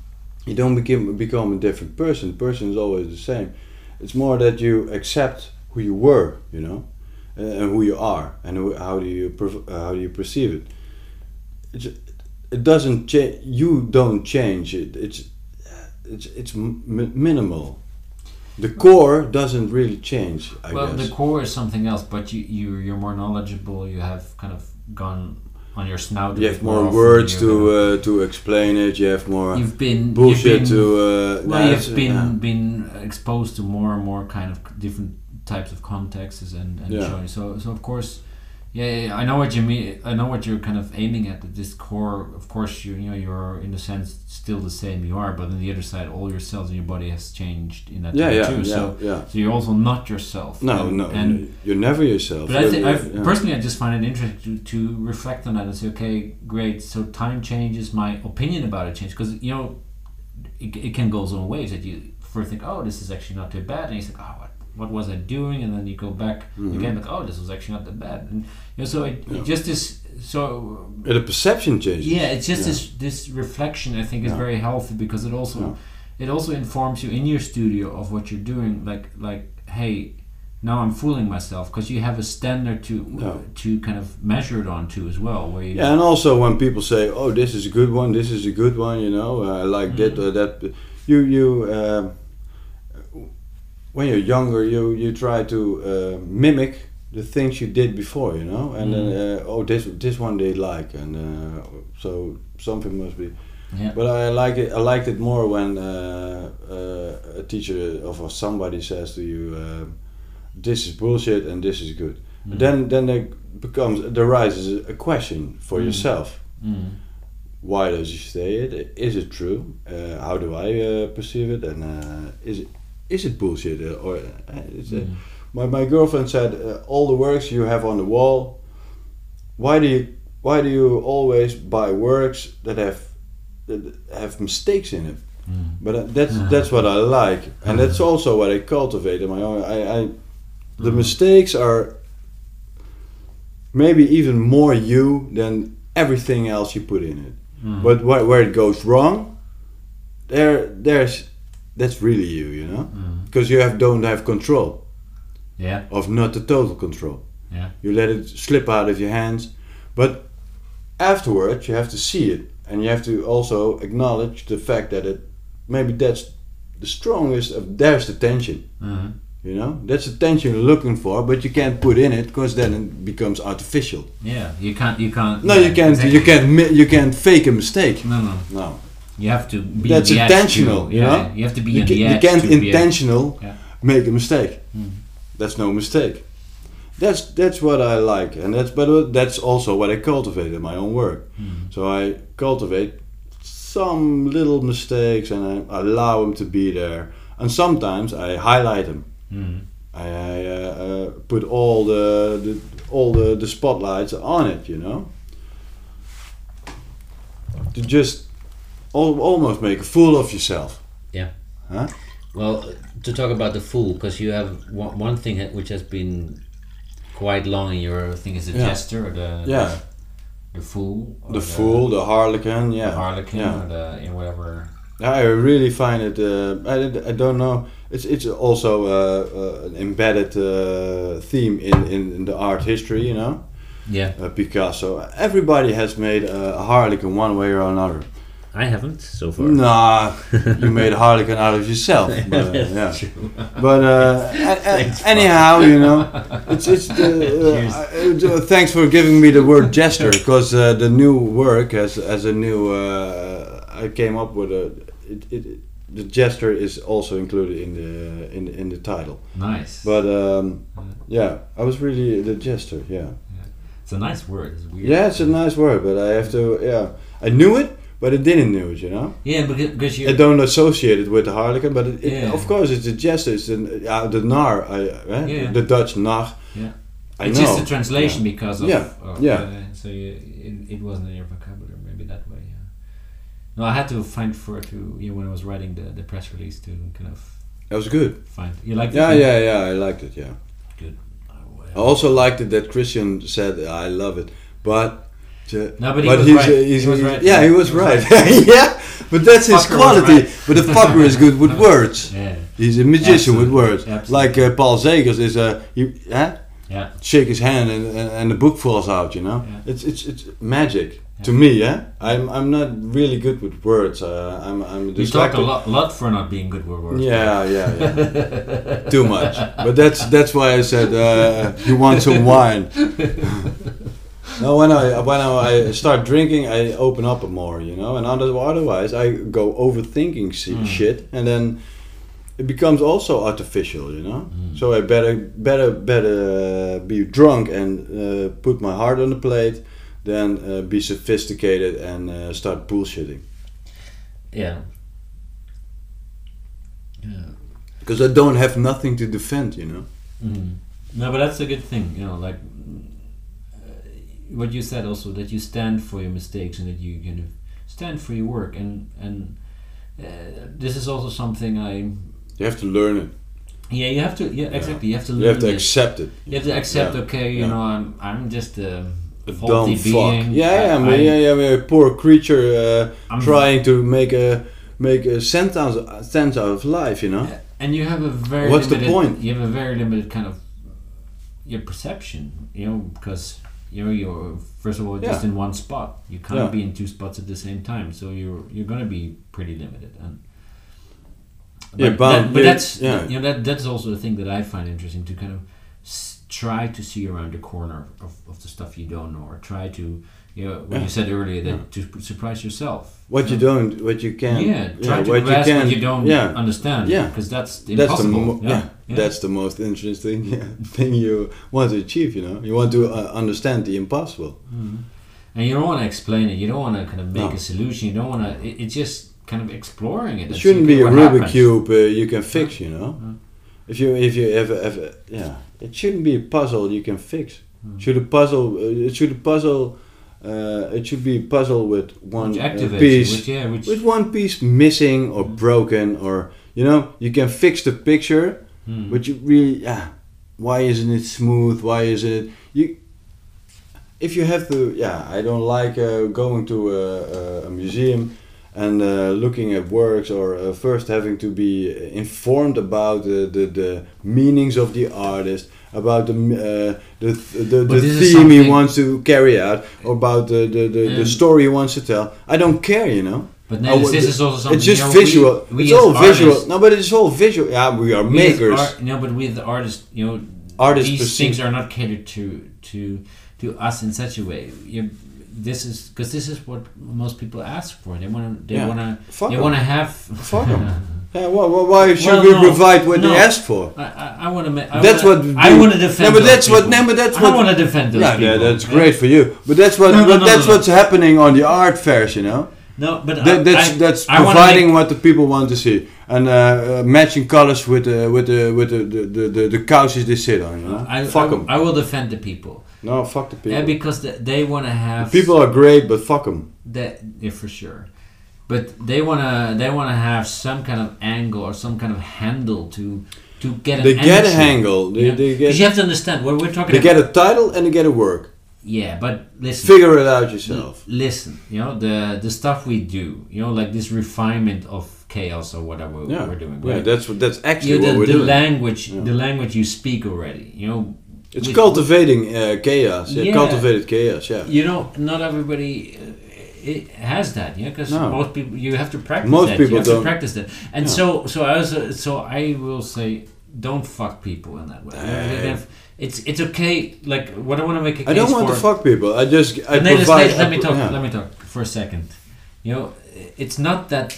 B: you don't become become a different person. The person is always the same. It's more that you accept who you were, you know, uh, and who you are, and who, how do you perv- uh, how do you perceive it. It's, it doesn't change. You don't change it. It's it's it's m- minimal. The core doesn't really change. I
A: well,
B: guess.
A: the core is something else, but you, you you're more knowledgeable. You have kind of gone on your snout. a
B: you
A: bit
B: have more
A: often,
B: words
A: you're
B: to
A: gonna-
B: uh, to explain it. You have more.
A: you've been you've
B: bullshit
A: been,
B: to uh,
A: well,
B: nah, it's-
A: you've been
B: yeah.
A: been exposed to more and more kind of c- different types of contexts and and
B: Yeah.
A: showing. So so of course, yeah, yeah, yeah, I know what you mean. I know what you're kind of aiming at. That this core, of course, you you know you're in a sense still the same you are, but on the other side, all your cells in your body has changed in that
B: yeah,
A: time
B: yeah,
A: too.
B: yeah,
A: So
B: yeah.
A: so you're also not yourself.
B: No,
A: and,
B: no,
A: and
B: you're never yourself.
A: But I think
B: You're-
A: I've,
B: yeah.
A: personally, I just find it interesting to, to reflect on that and say, okay, great. So time changes, my opinion about it changes because you know, it, it can go some ways that you first think, oh, this is actually not too bad, and you think, oh, what what was I doing? And then you go back
B: Mm-hmm.
A: again, like, oh, this was actually not that bad, and you know, so it, it just is so
B: Yeah, the perception changes.
A: yeah it's just
B: Yeah.
A: this this reflection i think is
B: Yeah.
A: very healthy because it also it also informs you in your studio of what you're doing like like hey now i'm fooling myself because you have a standard to
B: Yeah.
A: to kind of measure it on to as well where you
B: Yeah, and also when people say, "Oh, this is a good one, this is a good one," you know, I like that
A: Mm.
B: or that. You you um, when you're younger, you you try to uh, mimic the things you did before, you know, and
A: Mm.
B: then uh, oh, this this one they like, and uh, so something must be.
A: Yeah.
B: But I like it. I liked it more when uh, uh, a teacher of- or somebody says to you, uh, "This is bullshit and this is good." Then then there becomes there rises a question for yourself.
A: Mm.
B: Why does he say it? Is it true? Uh, how do I uh, perceive it? And uh, is it is it bullshit uh, or uh, is it? My my girlfriend said uh, all the works you have on the wall. Why do you why do you always buy works that have that have mistakes in it?
A: Mm.
B: But uh, that's that's what I like, and that's also what I cultivate in my own. I, I the mistakes are maybe even more you than everything else you put in it.
A: Mm.
B: But where, where it goes wrong, there there's that's really you, you know, because you have don't have control
A: Mm. yeah
B: of not the total control.
A: Yeah.
B: You let it slip out of your hands, but afterwards you have to see it and you have to also acknowledge the fact that it maybe that's the strongest of there's the tension.
A: Mhm.
B: You know, that's the tension you're looking for, but you can't put in it because then it becomes artificial.
A: yeah you can't you can't
B: No,
A: yeah,
B: you can't.
A: exactly.
B: You can't. mi- You can't fake a mistake.
A: no no
B: No,
A: you have to be
B: that's
A: the edge to-
B: intentional. you
A: yeah,
B: know,
A: you have to be
B: You,
A: on
B: ca-
A: the
B: you
A: edge
B: can't
A: to be a-
B: intentional
A: Yeah. Mm-hmm.
B: make a mistake. That's no mistake. That's that's what I like, and that's but that's also what I cultivate in my own work.
A: Mm-hmm.
B: So I cultivate some little mistakes, and I allow them to be there. And sometimes I highlight them.
A: Mhm.
B: I, I uh, uh, put all the, the all the, the spotlights on it, you know, to just al- almost make a fool of yourself.
C: Well, to talk about the fool, because you have one, one thing ha- which has been quite long in your thing is the
B: Yeah.
C: jester or the
B: Yeah,
C: the fool. or
B: the fool, the harlequin, yeah,
C: the harlequin
B: yeah.
C: or the in whatever.
B: I really find it. Uh, I, did- I don't know. It's it's also uh, uh, an embedded uh, theme in, in, in the art history. You know,
C: Yeah,
B: uh, Picasso. Everybody has made uh, a harlequin one way or another.
C: I haven't so far.
B: Nah, you made a harlequin out of yourself. But, uh, yeah. but uh, a- a- anyhow, you know, it's it's the, uh, uh, thanks for giving me the word gesture because uh, the new work has as a new uh, I came up with a it, it, it- the gesture is also included in the uh, in the, in the title.
A: nice
B: But um, yeah, I was really the gesture. Yeah,
A: it's a nice word it's weird
B: yeah, it's a nice word, but I have to. Yeah, I knew it, but I didn't know it. You know.
A: yeah because, because you
B: I don't associate it with the harlequin, but it, it,
A: Yeah.
B: of course it's a gesture. It's an, yeah, the nar, I, eh,
A: Yeah.
B: the Dutch nar.
A: Yeah.
B: I
A: It's
B: know.
A: just a translation because of,
B: Yeah,
A: of
B: yeah.
A: uh, so you, it, it wasn't in your vocabulary maybe that way. Yeah. No, I had to find for it to you know, when I was writing the, the press release to kind of
B: That was good.
A: find you like Oh,
B: Yeah, yeah, yeah. I liked it. Yeah. I also liked it that Christian said, "I love it," but.
A: No, but he was right. He was right.
B: Yeah, uh, he was
A: He was
B: right. yeah, but that's his
A: Fucker was
B: quality.
A: right.
B: But the fucker is good with words.
A: Yeah.
B: He's a magician
A: Absolutely.
B: with words.
A: Absolutely.
B: Like uh, Paul Zegers is a you, huh?
A: Yeah.
B: shake his hand and, and, and the book falls out. You know,
A: Yeah.
B: it's it's it's magic to me. Yeah, I'm I'm not really good with words. Uh, I'm I'm
A: You
B: just
A: talk a lot, lot for not being good with words.
B: Yeah, yeah, yeah. Too much. But that's that's why I said uh, you want some wine. no, when I when I start drinking, I open up more, you know. And other- otherwise, I go overthinking si- shit, and then it becomes also artificial, you know. So I better better better be drunk and uh, put my heart on the plate. than uh, be sophisticated and uh, start bullshitting.
C: Yeah. Yeah.
B: Because I don't have nothing to defend, you know.
A: Mhm. No, but that's a good thing, you know, like mm, uh, what you said also that you stand for your mistakes and that you kind of stand for your work and and uh, this is also something I
B: You have to learn it.
A: yeah you have to yeah exactly you have to learn
B: You have to
A: this.
B: accept it.
A: you have to accept
B: Yeah.
A: okay you
B: Yeah.
A: know I'm I'm just a
B: A
A: faulty
B: dumb fuck.
A: being
B: Yeah, yeah,
A: I-
B: I mean,
A: I-
B: yeah, yeah, yeah. Poor creature uh,
A: I'm-
B: trying to make a make a sentence sentence out of life. You know.
A: and you have a very
B: What's the
A: limited,
B: point?
A: You have a very limited kind of your perception, you know, because you know you're first of all just
B: Yeah.
A: in one spot. You can't
B: Yeah.
A: be in two spots at the same time, so you're you're gonna be pretty limited. And
B: Yeah,
A: but,
B: but
A: that- but
B: you-
A: that's
B: yeah.
A: you know that that's also the thing that I find interesting to kind of s- try to see around the corner of, of the stuff you don't know, or try to you know what you said earlier that to surprise yourself.
B: What you don't, what you can.
A: Yeah, try to grasp what you don't
B: Yeah.
A: understand.
B: Yeah.
A: because that's
B: That's the
A: impossible.
B: mo- yeah. that's the most interesting yeah, thing you want to achieve. You know, you want to uh, understand the impossible.
A: and you don't want to explain it. You don't want to kind of make
B: No.
A: a solution. You don't want to. It, it's just kind of exploring it. and
B: It shouldn't
A: seeing
B: be a
A: what
B: Rubik's
A: happens.
B: cube uh, you can fix. You know, if you if you ever ever yeah, it shouldn't be a puzzle you can fix.
A: Hmm.
B: Should a puzzle uh, it should a puzzle uh, it should be a puzzle with one
A: Which
B: uh,
A: activates,
B: piece
A: which yeah, which
B: with one piece missing or
A: Hmm.
B: broken or you know you can fix the picture, Mm-hmm.
A: hmm.
B: but you really yeah, why isn't it smooth? Why is it you? If you have to yeah, I don't like uh, going to a, a, a museum and uh, looking at works or uh, first having to be informed about the, the, the meanings of the artist about the m- uh, the, th- the,
A: But
B: the
A: this is
B: theme he
A: something-
B: wants to carry out or about the, the, the,
A: Um,
B: the story he wants to tell I don't care you know
A: but
B: I
A: now this,
B: would-
A: this is also something.
B: it's just
A: you know, we-
B: visual
A: We,
B: it's
A: as
B: all visual
A: artists-
B: no but it's all visual yeah we are
A: we as
B: makers
A: art- no, but with the artists, you know,
B: Artists
A: these
B: perceive-
A: things are not catered to to to us in such a way. You, this is because this is what most people ask for. They want to. They
B: Yeah.
A: want to.
B: Fuck
A: They
B: 'em.
A: want to have.
B: Fuck 'em. yeah, why, why- why should
A: Well,
B: we
A: no,
B: provide what
A: no.
B: they asked for
A: I, I, I want to. Ma- I
B: That's
A: wanna,
B: what
A: I
B: we-
A: want to defend.
B: No, but
A: those
B: that's what-
A: people.
B: no, but that's
A: I
B: what-
A: want to defend those
B: yeah,
A: people.
B: yeah that's great for you but that's what
A: No, no,
B: but
A: no,
B: that's
A: no.
B: what's happening on the art fairs you know
A: No, but I,
B: That, that's
A: I,
B: that's
A: I wanna
B: providing
A: make-
B: what the people want to see and uh, uh, matching colors with the with the with uh, the the, the, the, the couches they sit on. You know?
A: I,
B: fuck
A: I,
B: them.
A: I will defend the people.
B: No, fuck the people.
A: Yeah, because the, they want to have
B: people are great, but fuck them.
A: that yeah, for sure. But they wanna they wanna have some kind of angle or some kind of handle to to get an
B: They get a
A: energy.
B: angle. They,
A: Yeah.
B: they
A: 'Cause you
B: get
A: have to understand what we're talking
B: they
A: about.
B: get a title and they get a work.
A: yeah, but listen.
B: Figure it out yourself.
A: Listen, you know the the stuff we do, you know, like this refinement of chaos or whatever
B: Yeah,
A: we're doing.
B: yeah.
A: right?
B: That's what that's actually
A: you know,
B: what we're
A: the, the
B: doing.
A: language, the language you speak already. You know,
B: it's
A: with-
B: cultivating uh, chaos. Yeah,
A: Yeah.
B: cultivated chaos. Yeah.
A: You know, not everybody uh, it has that. Yeah, because
B: No.
A: most people you have to practice.
B: Most
A: that. you
B: people
A: have To
B: don't.
A: practice that, and so so I also so I will say, don't fuck people in that way. You know, they have- It's it's okay. Like what I want to make a case
B: I don't want
A: for.
B: to fuck people. I just I
A: But let, us-
B: provide.
A: let, let me
B: I pro-
A: talk.
B: yeah.
A: Let me talk for a second. You know, it's not that.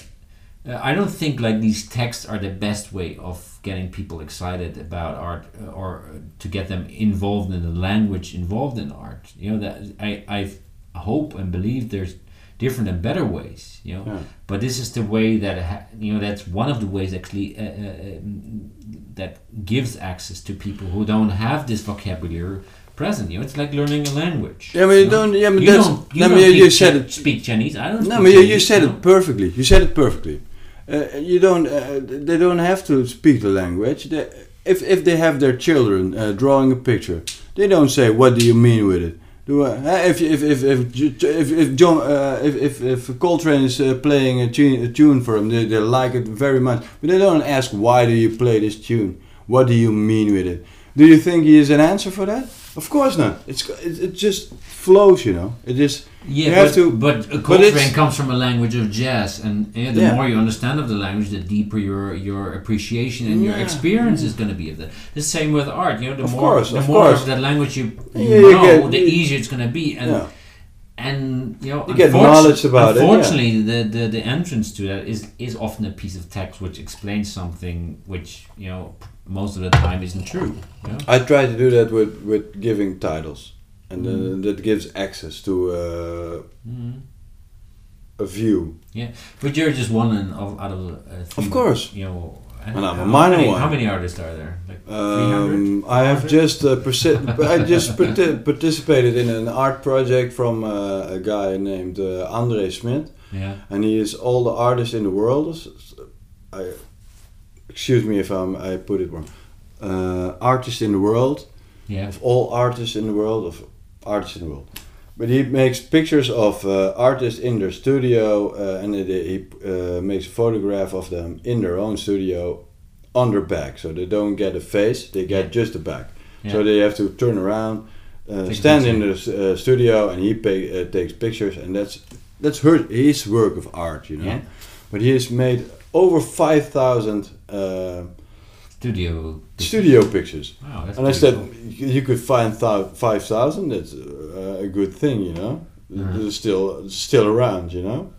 A: Uh, I don't think like these texts are the best way of getting people excited about art uh, or uh, to get them involved in the language involved in art. You know that I I hope and believe there's different and better ways. You know,
B: Yeah.
A: but this is the way that ha- you know that's one of the ways actually uh, uh, um, that gives access to people who don't have this vocabulary present. You know, it's like learning a language.
B: Yeah, but you
A: No.
B: don't- yeah, but
A: you
B: that's-
A: don't. You
B: no, but
A: don't
B: you- you
A: speak
B: said
A: Chi-
B: it.
A: Speak Chinese. I don't.
B: No,
A: speak
B: but you, you
A: Chinese,
B: said
A: no.
B: it perfectly. You said it perfectly. Uh, you don't. Uh, they don't have to speak the language. They, if if they have their children uh, drawing a picture, they don't say, "What do you mean with it?" Do uh, if, if if if if if John uh, if if if Coltrane is uh, playing a tune, a tune for them, they, they like it very much. But they don't ask why do you play this tune? What do you mean with it? Do you think he is an answer for that? Of course not. It's it, it just flows, you know. It just
A: Yeah, but,
B: you have to.
A: but uh,
B: but it's-
A: Coltrane comes from a language of jazz, and eh, the
B: Yeah.
A: more you understand of the language, the deeper your your appreciation and your
B: Yeah. Mm.
A: experience is going to be of that. The same with art, you know. The
B: Of
A: more
B: course,
A: the
B: of
A: more
B: course.
A: of that language you, you
B: Yeah, you
A: know,
B: get-
A: the
B: you-
A: easier it's going to be, and
B: yeah.
A: and you know,
B: You get
A: unfortu-
B: knowledge about it, yeah.
A: Unfortunately, the, the the entrance to that is is often a piece of text which explains something which you know most of the time isn't true. You know?
B: I try to do that with with giving titles, and uh, that gives access to uh,
A: Mm.
B: a view.
A: Yeah, but you're just one in, of, out of uh, three,
B: Of course.
A: You know,
B: And I'm a
A: how
B: minor
A: many,
B: one.
A: How many artists are there? Like 300?
B: Um, I have
A: 400?
B: just uh, persi- I just parti- participated in an art project from uh, a guy named uh, Andre Smit,
A: Yeah.
B: and he is all the artists in the world. S- s- I, excuse me if I'm, I put it wrong. Uh, artist in the world
A: Yeah.
B: of all artists in the world of artists in the world. But he makes pictures of uh, artists in their studio, uh, and it, he uh, makes a photograph of them in their own studio on their back, so they don't get a face; they get just the back. So
A: Yeah.
B: they have to turn around, uh,
A: Take a
B: stand in
A: picture.
B: the s- uh, studio, and he pay, uh, takes pictures, and that's that's her, his work of art, you know.
A: Yeah.
B: But he has made over five thousand uh,
A: Studio.
B: studio pictures.
A: Wow, that's
B: And I
A: pretty
B: said,
A: cool.
B: you you could find thou- 5,000, that's uh, a good thing, you know?
A: Mhm.
B: They're still, still around, you know?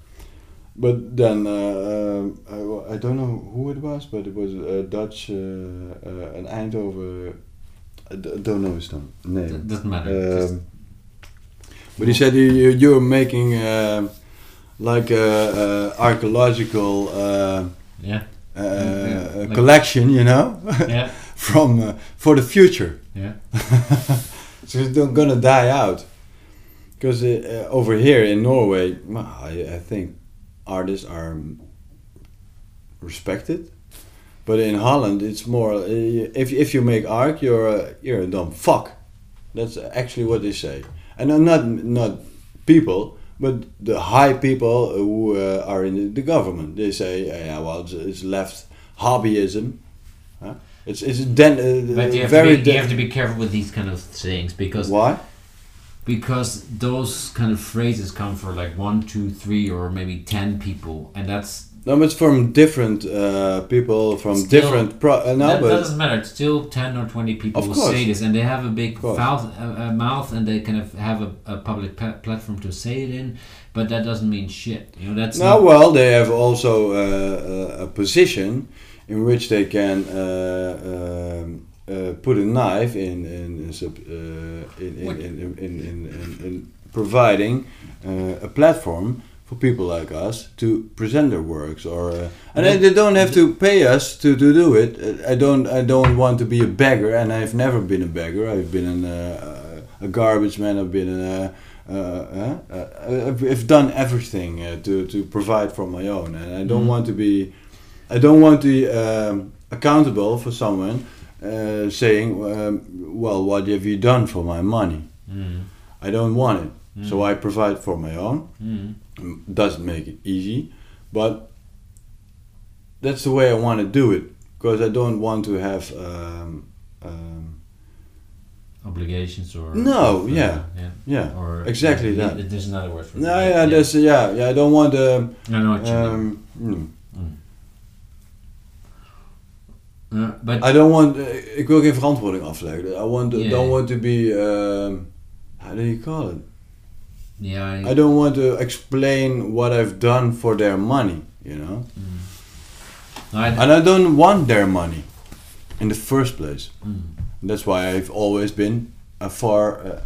B: But then, uh, um, I, wa- I don't know who it was, but it was a Dutch, uh, uh, an Eindhoven, I d- don't know his name.
A: That
B: name.
A: doesn't matter. just,
B: Um, but he said, you, you- you're making um like a, a archaeological uh,
A: yeah.
B: uh,
A: yeah, Mm-hmm. like-
B: collection, you know?
A: Yeah.
B: From, uh, for the future
A: Yeah.
B: so it's not gonna die out because uh, uh, over here in Norway well, I, I think artists are um, respected but in Holland it's more uh, if, if you make art you're a, you're a dumb fuck that's actually what they say and uh, not not people but the high people who uh, are in the, the government they say uh, yeah well it's, it's left hobbyism huh? it's it's den- uh,
A: But you have, to
B: very
A: be, you
B: den-
A: have to be careful with these kind of things because
B: why
A: because those kind of phrases come for like one, two, three, or maybe ten people, and that's
B: No, but it's from different uh, people, from
A: Still,
B: different. Pro- uh, no,
A: that, that
B: but
A: doesn't matter. It's still ten or twenty people
B: Of
A: who
B: course.
A: say this, and they have a big
B: Of course.
A: mouth, uh, uh, mouth, and they kind of have a, a public pa- platform to say it in. But that doesn't mean shit. You know, that's
B: no,
A: not,
B: well, they have also uh, a, a position in which they can uh, um, uh, put a knife in in in sub, uh, in, in,
A: What-
B: in, in, in, in, in, in providing uh, a platform for people like us to present their works, or uh, and
A: Yeah.
B: they don't have to pay us to, to do it. Uh, I don't I don't want to be a beggar, and I've never been a beggar. I've been an, uh, a garbage man. I've been a uh, uh, uh, I've, I've done everything uh, to, to provide for my own, and I don't
A: Mhm.
B: want to be, I don't want to be um, accountable for someone uh, saying, um, well, what have you done for my money?
A: Mm,
B: I don't want it, so I provide for my own.
A: mm.
B: Mm, Doesn't make it easy, but that's the way I want to do it because I don't want to have. Um, um,
A: obligations or
B: No,
A: or,
B: yeah.
A: yeah,
B: yeah,
A: or
B: Exactly
A: yeah,
B: that.
A: There's another word for
B: no,
A: it.
B: yeah, that's yeah, yeah. I don't want um,
A: I know what you mean.
B: um, hmm.
A: Uh, but
B: I don't want. eh, ik wil geen verantwoording afleggen. I want.
A: Yeah.
B: Don't want to be. Um, how do you call it?
A: yeah, I,
B: I don't want to explain what I've done for their money. You know.
A: I-
B: And I don't want their money, in the first place.
A: Mm.
B: That's why I've always been a far. Uh,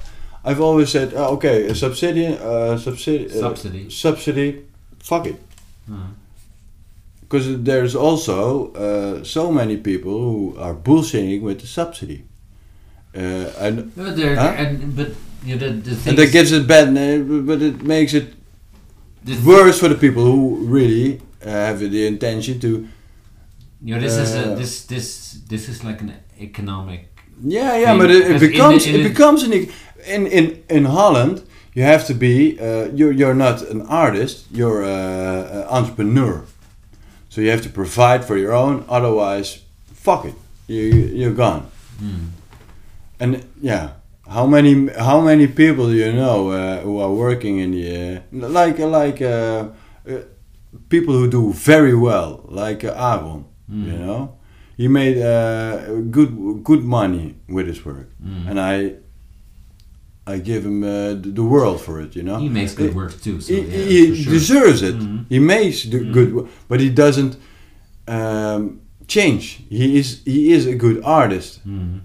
B: I've always said, "Oh, okay, a subsidy, uh, subsidy, uh,
A: Subsidy.
B: subsidy, fuck it.
A: Mm.
B: Because there's also uh, so many people who are bullshitting with the subsidy. Uh, and
A: But there,
B: Huh?
A: and but you know, the, the thing
B: And that
A: is-
B: gives it bad name, but it makes it
A: the thi-
B: worse for the people who really uh, have the intention to.
A: you know, this is a,
B: uh,
A: this this this is like an economic.
B: Yeah, yeah,
A: Thing.
B: but it, it
A: Because in the-
B: becomes
A: in
B: it
A: the-
B: becomes an. ec- in in in Holland, you have to be uh, you you're not an artist. You're an entrepreneur. So you have to provide for your own. Otherwise, fuck it. You you're gone.
A: Mm.
B: And yeah, how many how many people do you know uh, who are working in the uh, like like uh, uh, people who do very well, like uh, Aaron,
A: Mm.
B: you know, he made uh, good good money with his work,
A: Mm.
B: and I I give him uh, the the world for it, you know.
A: He makes good
B: Uh-huh. It-
A: work too. So
B: he,
A: yeah,
B: he
A: for sure.
B: deserves it.
A: Mhm.
B: He makes the good, wo- but he doesn't um, change. He is he is a good artist,
A: Mhm.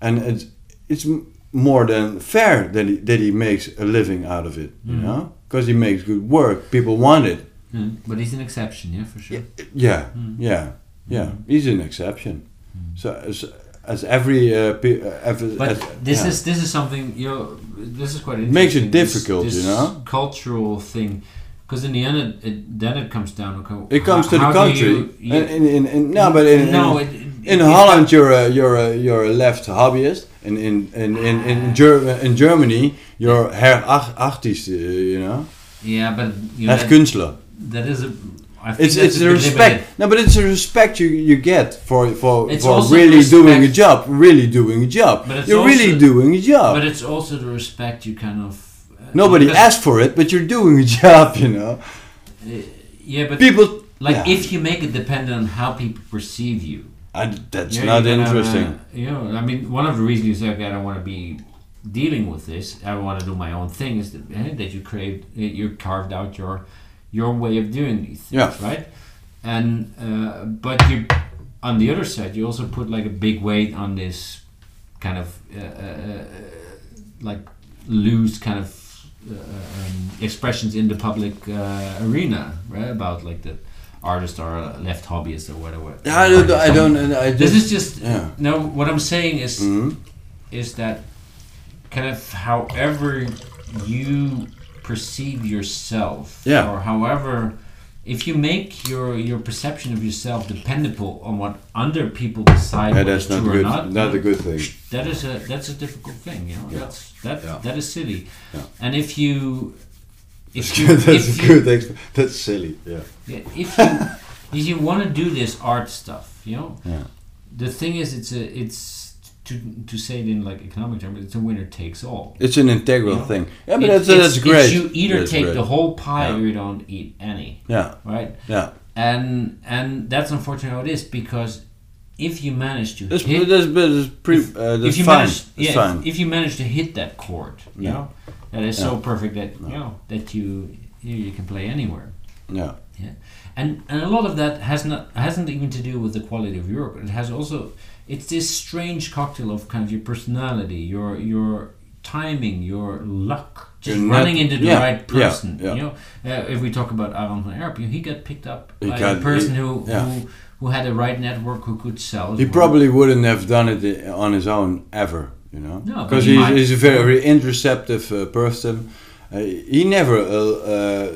B: and it's it's m- more than fair that he, that he makes a living out of it.
A: Mm-hmm.
B: You know, because he makes good work. People want it.
A: Mm. But he's an exception, yeah, for sure.
B: Yeah,
A: Mm.
B: yeah, yeah.
A: Hmm.
B: He's an exception. So as as every uh, pe- uh, every,
A: But
B: as-
A: this
B: yeah.
A: is this is something you know. This is quite
B: It makes it
A: interesting, this-
B: difficult,
A: this
B: you know?
A: Cultural thing, because in the end, it, it, then it comes down. Okay,
B: it comes
A: ho-
B: to the
A: how do
B: country.
A: you- you-
B: in, in, in, in- no, but in,
A: no,
B: in,
A: it- it-
B: in
A: it-
B: Holland, you're a, you're a, you're a left hobbyist, and in in in in, Ger- in Germany, you're her artist, uh, you know,
A: Yeah, but you know,
B: her
A: that,
B: kunstler.
A: that is a. I think
B: It's
A: that's
B: it's
A: a
B: a
A: bit limited.
B: respect. No, but it's a respect you you get for for
A: It's
B: for
A: also
B: really doing a
A: respect-
B: job, really doing a job.
A: But it's
B: You're really
A: also-
B: doing a job.
A: But it's also the respect you kind of. uh,
B: Nobody
A: because-
B: asked for it, but you're doing a job, you know.
A: Yeah, but
B: People
A: like
B: yeah.
A: if you make it dependent on how people perceive you,
B: I, that's
A: Yeah,
B: not
A: you can have
B: interesting.
A: A, you know, I mean, one of the reasons you say, okay, I don't want to be dealing with this. I want to do my own thing. Is that, eh, that you craved, eh, you carved out your your way of doing these things,
B: Yeah.
A: right? And uh, but you, on the other side, you also put like a big weight on this kind of uh, uh, uh, like loose kind of. Uh, um, expressions in the public uh, arena right? about like the artists are left hobbyists or whatever.
B: I don't. I don't. I just,
A: This is just
B: Yeah.
A: no. What I'm saying is
B: Mhm.
A: is that kind of however you perceive yourself,
B: Yeah.
A: or however if you make your your perception of yourself dependable on what other people decide
B: Yeah,
A: whether
B: that's
A: it's
B: not
A: true
B: good.
A: or not,
B: Not, a good thing.
A: that is a that's a difficult thing. You know, that's that
B: Yeah.
A: that is silly.
B: Yeah.
A: And if you if you,
B: that's
A: if
B: a
A: you,
B: good. Exp- that's silly. Yeah.
A: yeah, if you if you want to do this art stuff, you know,
B: Yeah.
A: the thing is, it's a it's to to say it in like economic terms, it's a winner takes all.
B: It's an integral
A: Yeah.
B: thing. Yeah, but
A: It-
B: that's,
A: it's-
B: that's great.
A: It's you either
B: That's
A: take
B: great.
A: the whole pie
B: Yeah.
A: or you don't eat any,
B: Yeah.
A: right?
B: Yeah.
A: And and that's unfortunately how it is because if you manage to
B: That's
A: hit,
B: that's, that's, pre, uh, that's
A: if you
B: fine.
A: manage,
B: that's
A: yeah,
B: fine.
A: If, if you manage to hit that chord, you
B: Yeah.
A: know, that is so perfect that
B: Yeah.
A: you know that you you you can play anywhere.
B: yeah.
A: Yeah, and and a lot of that has not hasn't even to do with the quality of your work. It has also it's this strange cocktail of kind of your personality, your your timing, your luck, just
B: Your
A: running
B: net-
A: into the
B: yeah,
A: right
B: yeah,
A: person.
B: yeah.
A: You know, uh, if we talk about Aaron van Erp, he got picked up
B: He
A: by
B: got-
A: a person
B: he-
A: who,
B: yeah.
A: who who had the right network, who could sell. his
B: He
A: work.
B: probably wouldn't have done it i- on his own ever, you know,
A: No, but
B: because
A: he
B: he's,
A: might.
B: he's a very interceptive uh, person. Uh, he never uh, uh,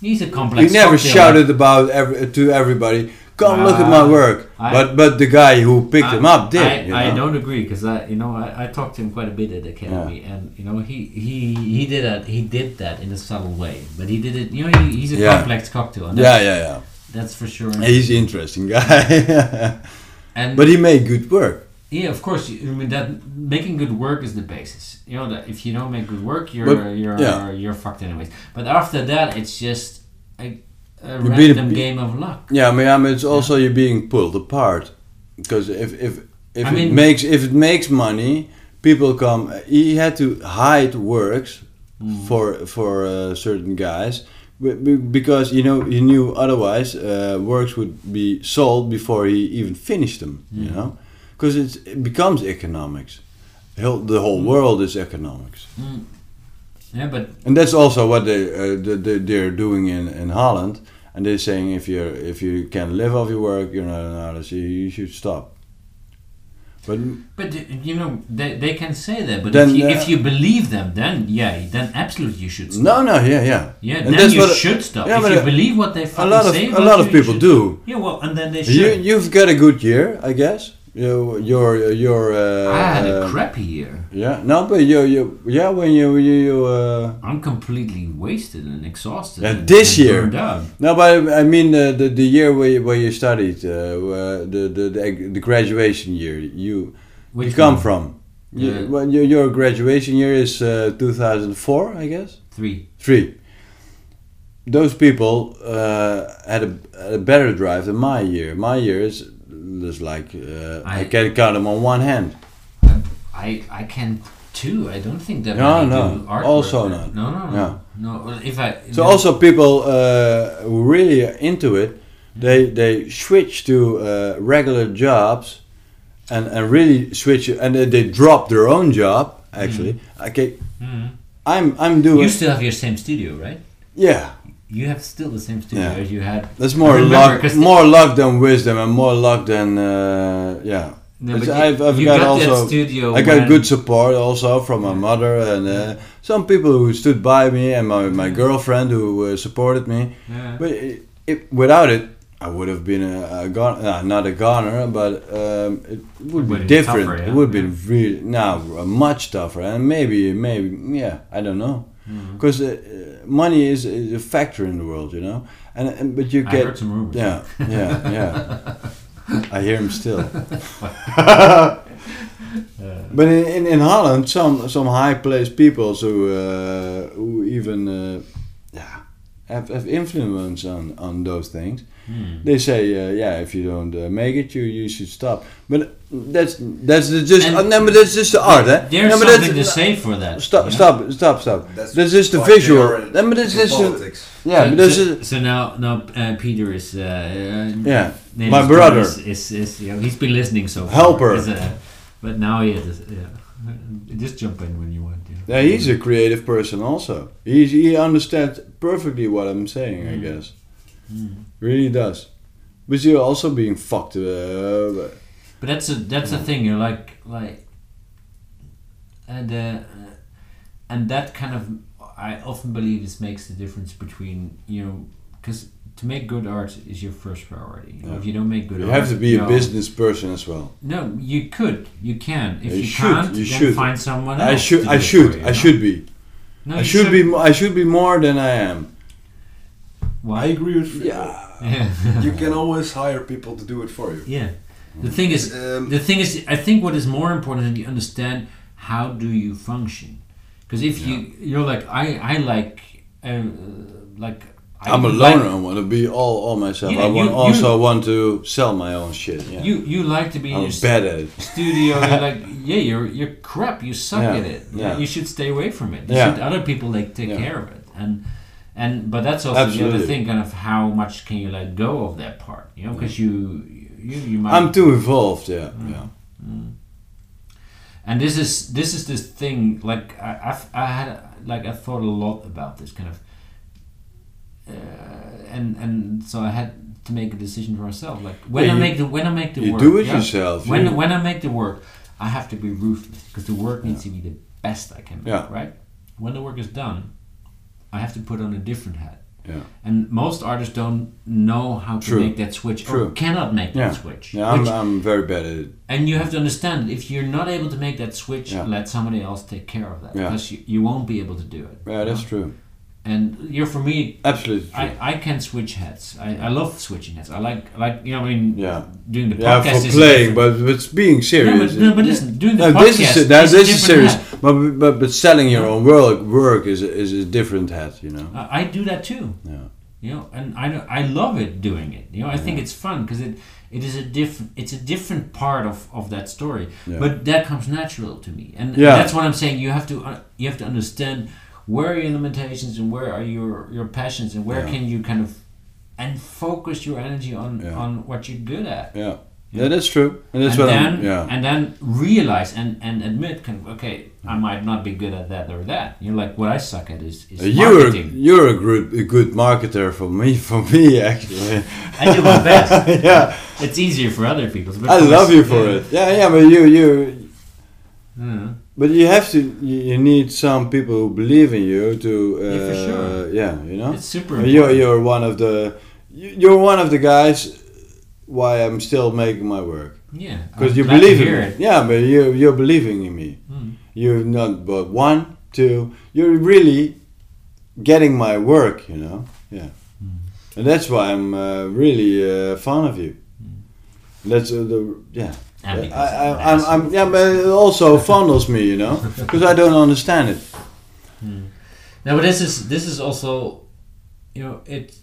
A: he's a complex.
B: he never
A: cocktail.
B: shouted about every, to everybody. Come look at my
A: Ah,
B: work,
A: I-
B: but but the guy who picked
A: I-
B: him up did.
A: I,
B: you
A: I
B: know?
A: don't agree because I, you know, I, I talked to him quite a bit at the academy, and you know, he, he he did that he did that in a subtle way, but he did it. You know, he, he's a
B: Yeah.
A: complex cocktail, and
B: Yeah,
A: that's,
B: yeah, yeah.
A: that's for sure.
B: He's an interesting guy,
A: And
B: but he made good work.
A: yeah, of course, you- I mean that making good work is the basis. You know that if you don't make good work, you're
B: But-
A: you're
B: yeah.
A: you're fucked anyways. But after that, it's just a, a
B: You beat a
A: random
B: beat-
A: game of luck.
B: Yeah, I mean, I mean, it's also you being pulled apart because if if if
A: I
B: it
A: mean-
B: makes if it makes money, people come. He had to hide works
A: Mm.
B: for for uh, certain guys be- be- because you know he knew otherwise uh, works would be sold before he even finished them.
A: Mm.
B: You know, because it becomes economics. Hel- The
A: Mm.
B: whole world is economics.
A: Yeah, but
B: And that's also what they uh, the, the, they're doing in, in Holland. And they're saying if you if you can live off your work, you're not an artist. You, you should stop. But
A: But uh, you know they, they can say that, but
B: Then,
A: if, you,
B: uh,
A: if you believe them, then yeah, then absolutely you should stop.
B: no, no, yeah, yeah,
A: Yeah,
B: And
A: then
B: that's
A: you
B: what-
A: should stop.
B: yeah, but
A: if you
B: a-
A: believe what they fucking
B: lot of-
A: say,
B: a
A: about
B: lot
A: you,
B: of
A: you
B: people
A: should.
B: do.
A: Yeah, well, and then they should.
B: You you've got a good year, I guess. You, you're, you're. Uh,
A: I had a
B: um,
A: crappy year.
B: Yeah, no, but you, you, yeah, when you, you, you uh,
A: I'm completely wasted and exhausted.
B: Yeah,
A: and,
B: this
A: and
B: year.
A: Burned out.
B: no, but I, I mean uh, the the year where you, where you studied, uh, uh, the, the the ec- the graduation year you
A: Which
B: you come
A: one?
B: from.
A: Yeah.
B: You, well, your, your graduation year is uh, 2004, I guess.
A: Three.
B: Three. Those people uh, had, a, had a better drive than my year. My year is just like uh, I,
A: I-
B: can count them on one hand.
A: I I can too. I don't think that.
B: No,
A: many
B: no.
A: do artwork.
B: Also not.
A: No, no, no.
B: Yeah.
A: No. well, If I
B: So
A: no.
B: also people uh, who really are into it, they they switch to uh, regular jobs, and, and really switch and they, they drop their own job. Actually, okay,
A: Mhm.
B: I'm I'm doing
A: you still have your same studio, right?
B: yeah.
A: You have still the same studio
B: Yeah.
A: as you had.
B: That's more
A: remember,
B: luck,
A: 'cause the-
B: more luck than wisdom, and more luck than uh, yeah.
A: No,
B: It's-
A: but you-
B: I've, I've
A: you
B: got,
A: got that
B: also
A: studio
B: I got
A: when-
B: good support also from my mother and uh, some people who stood by me and my, my girlfriend who uh, supported me.
A: Yeah.
B: But it, it, without it, I would have been a, a gon- uh, not a goner, but um, it would be
A: Would've been
B: different.
A: tougher,
B: It
A: yeah,
B: would be
A: yeah.
B: really now much tougher, and maybe maybe yeah, I don't know,
A: Mm-hmm.
B: because uh, money is, is a factor in the world, you know. And, and but you
A: I
B: get
A: heard some rumors.
B: yeah yeah yeah. I hear him still. But in, in, in Holland, some some high placed people who uh, who even uh, yeah have, have influence on, on those things.
A: Hmm.
B: They say uh, yeah, if you don't uh, make it, you you should stop. But that's that's the- just
A: And
B: uh, no, but that's just the art, eh?
A: There's
B: no, but
A: something to
B: that's-
A: say for that.
B: Stop!
A: you know?
B: Stop! Stop! Stop! That's, just the
D: why they
B: visual.
D: are in-
B: No, but that's
D: in
B: just the,
D: politics.
B: yeah.
A: So,
B: But that's
A: so,
B: just,
A: so now, now uh, Peter is. Uh, uh,
B: yeah.
A: name
B: My
A: is-
B: brother.
A: is, is, is, you know, he's been listening so far.
B: Helper.
A: Is, uh, but now he is. Yeah. Just jump in when you want. you know.
B: Yeah, he's a creative person also. He's, he understands perfectly what I'm saying,
A: Mm.
B: I guess. Really does. But you're also being fucked. Uh,
A: But that's a that's the thing. You're like like, and uh, and that kind of I often believe this makes the difference between you know because to make good art is your first priority. You know, If you don't make good,
B: you
A: art,
B: have to be
A: no.
B: a business person as well.
A: No, you could, you can. If
B: You
A: you,
B: should,
A: can't,
B: you
A: then
B: should.
A: find someone else.
B: I should.
A: to
B: I
A: do it
B: should.
A: for you,
B: I
A: no?
B: should be.
A: No,
B: I
A: you
B: should be. mo- I should be more than I am.
D: I
A: Why?
D: agree with
B: Yeah.
A: Yeah.
D: You can always hire people to do it for you.
A: Yeah. The thing is,
D: Um,
A: the thing is, I think what is more important is that you understand how do you function. Because if you you're like I I like uh, like I
B: I'm a
A: like-
B: loner. I want to be all all myself.
A: Yeah,
B: I want
A: you-
B: also
A: you-
B: want to sell my own shit. Yeah.
A: You Mm. you like to be in
B: I'm
A: your st-
B: bad at it.
A: studio. You're like yeah, you're you're crap. You suck
B: Yeah,
A: at it.
B: yeah.
A: You should stay away from it. You
B: Yeah.
A: should other people like take
B: Yeah.
A: care of it. And and but that's also the
B: Absolutely.
A: other thing, kind of how much can you let go of that part? You know, because you you you might.
B: I'm too involved. Yeah. Yeah.
A: Mm. and this is this is this thing like I, I've, I had like I thought a lot about this kind of uh, and and so I had to make a decision for myself like when
B: Yeah,
A: I
B: you-
A: make the when I make the
B: you
A: work
B: do it yourself,
A: when
B: you-
A: when I make the work I have to be ruthless because the work needs to be the best I can make
B: Yeah.
A: right when the work is done I have to put on a different hat
B: Yeah.
A: and most artists don't know how to
B: True.
A: make that switch
B: True.
A: or cannot make
B: Yeah.
A: that switch
B: Yeah. I'm,
A: which
B: I'm very bad at it.
A: and you have to understand if you're not able to make that switch,
B: Yeah.
A: let somebody else take care of that
B: Yeah.
A: because you, you won't be able to do it.
B: Yeah, that's true.
A: And you're for me,
B: Absolutely.
A: Mm.
B: True.
A: I, I can switch heads. I, I love switching heads. I like like you know I mean
B: Yeah.
A: doing the
B: Yeah,
A: podcast
B: for
A: is
B: playing,
A: different.
B: but but it's being serious.
A: no, but listen, doing the
B: this
A: podcast
B: is that
A: is a
B: this is
A: different
B: serious. But, but but selling your own work work is is a different hat, you know.
A: I I do that too.
B: Yeah.
A: You know, and I don't- I love it doing it. You know, I think it's fun because it it is a different it's a different part of, of that story.
B: Yeah.
A: But that comes natural to me, and
B: Yeah.
A: that's what I'm saying. You have to uh, you have to understand where are your limitations and where are your your passions and where
B: Yeah.
A: can you kind of and focus your energy on
B: Yeah.
A: on what you're good at.
B: Yeah. Yeah, that's true. And that's
A: and
B: what
A: then
B: I'm yeah.
A: and then realize and and admit kind of, okay I might not be good at that or that. You're like what I suck at is, is
B: Uh, You're a,
A: marketing.
B: you're a good a good marketer for me for me actually.
A: I do my best.
B: yeah.
A: It's easier for other people. but
B: I
A: for
B: love
A: us-
B: you for
A: yeah.
B: it. Yeah, yeah, but you you
A: Mm.
B: but you have to you, you need some people who believe in you to uh,
A: Yeah, for sure.
B: yeah, you know.
A: It's super
B: Uh,
A: important.
B: You're, you're one of the you- you're one of the guys why I'm still making my work.
A: Yeah,
B: because
A: I'm
B: you
A: glad to
B: believe in
A: hear
B: me.
A: it.
B: Yeah, but you you're believing in me.
A: Mm.
B: You're not, but one, two. You're really getting my work, you know. Yeah,
A: Hmm.
B: and that's why I'm uh, really uh, fond of you.
A: Hmm.
B: That's uh, the yeah.
A: And
B: I,
A: because I'm an
B: I, I'm, I'm, yeah, but it also fondles me, you know, because I don't understand it.
A: No, but this is this is also, you know, it.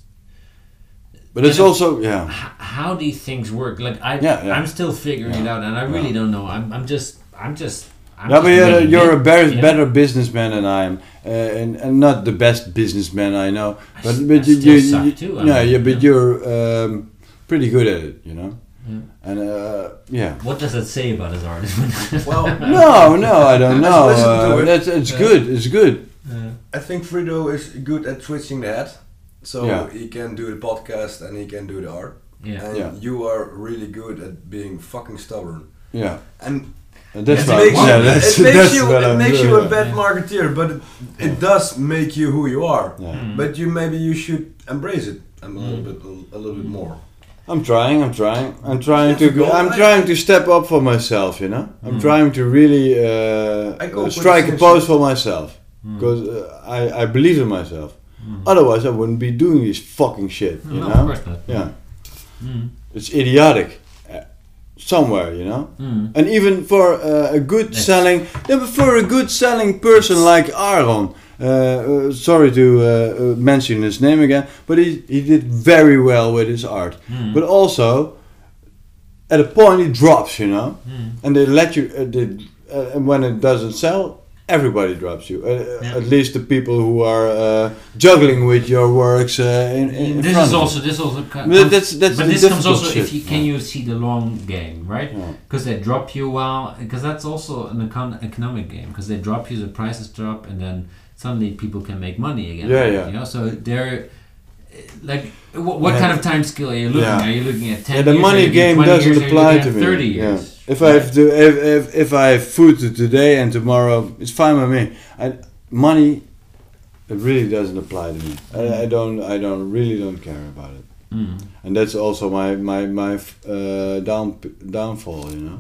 B: But it's
A: Yeah, the-
B: also yeah.
A: h- how these things work. Like I,
B: Yeah, yeah.
A: I'm still figuring it out, and I really don't know. I'm, I'm just, I'm just. I'm
B: No, but
A: just
B: you're,
A: making
B: you're a
A: it,
B: better,
A: you know?
B: better businessman than I am, uh, and, and not the best businessman I know. But
A: s-
B: but
A: I
B: you,
A: still
B: you,
A: suck
B: you-
A: too, I
B: yeah,
A: mean,
B: yeah, but
A: yeah.
B: you're um, pretty good at it, you know.
A: Yeah.
B: And uh, yeah,
A: What does that say about his art?
D: Well,
B: no, no, I don't
D: Let's
B: know.
D: listen to
B: Uh,
D: it.
B: that's it's
D: Yeah.
B: good, it's good.
A: Uh,
D: I think Frido is good at switching the hat. So
B: Yeah.
D: he can do the podcast and he can do the art.
A: yeah.
D: And
B: Yeah.
D: you are really good at being fucking stubborn.
B: Yeah,
D: And
B: and that's
A: It
B: why.
A: makes
B: yeah,
A: you-
B: that's,
D: it makes
B: that's
D: you,
B: what
D: it
B: I'm
D: makes
B: doing,
D: you a
B: yeah.
D: bad marketeer, but it, it does make you who you are.
B: Yeah. Mm.
D: But you maybe you should embrace it a little bit, a, little bit more.
B: I'm trying. I'm trying. I'm trying to.
D: That's good.
B: Go, I'm
D: I-
B: trying to step up for myself. You know. I'm trying to really uh,
D: I go
B: uh,
D: for
B: strike a
D: the
B: pose
D: same
B: for myself because uh, I I believe in myself. Otherwise, I wouldn't be doing this fucking shit. You
A: No,
B: know.
A: of course not.
B: Yeah.
A: Mm.
B: It's idiotic. uh, Somewhere, you know,
A: Mm.
B: and even for uh, a good
A: Yes.
B: selling, yeah, but for a good selling person like Aaron, uh, uh, sorry to uh, uh, mention his name again, but he, he did very well with his art.
A: Mm.
B: But also, at a point it drops, you know,
A: Mm.
B: and they let you. Uh, they, uh, and when it doesn't sell, everybody drops you. Uh,
A: Yeah.
B: At least the people who are uh, juggling with your works. Uh, in, in
A: this
B: front
A: is
B: of
A: also this also comes,
B: But that's- that's
A: but
B: the
A: this comes
B: difficult
A: also if
B: shit,
A: you can
B: yeah.
A: you see the long game right
B: Yeah.
A: because they drop you while because that's also an econ- economic game because they drop you the prices drop and then suddenly people can make money again
B: Yeah, yeah.
A: you know so they're eh, like what, what
B: Yeah.
A: kind of time scale are you looking
B: Yeah.
A: at? Are you looking at 10
B: Yeah, the
A: years? Are
B: money
A: you looking at
B: game
A: 20 years?
B: doesn't
A: Are you
B: apply
A: looking
B: to
A: at
B: me.
A: 30
B: yeah.
A: years.
B: If I have to, if, if if I have food to today and tomorrow, it's fine with me. I, money, it really doesn't apply to me. I, I don't. I don't really don't care about it.
A: Mm.
B: And that's also my my my f- uh, down downfall. You know.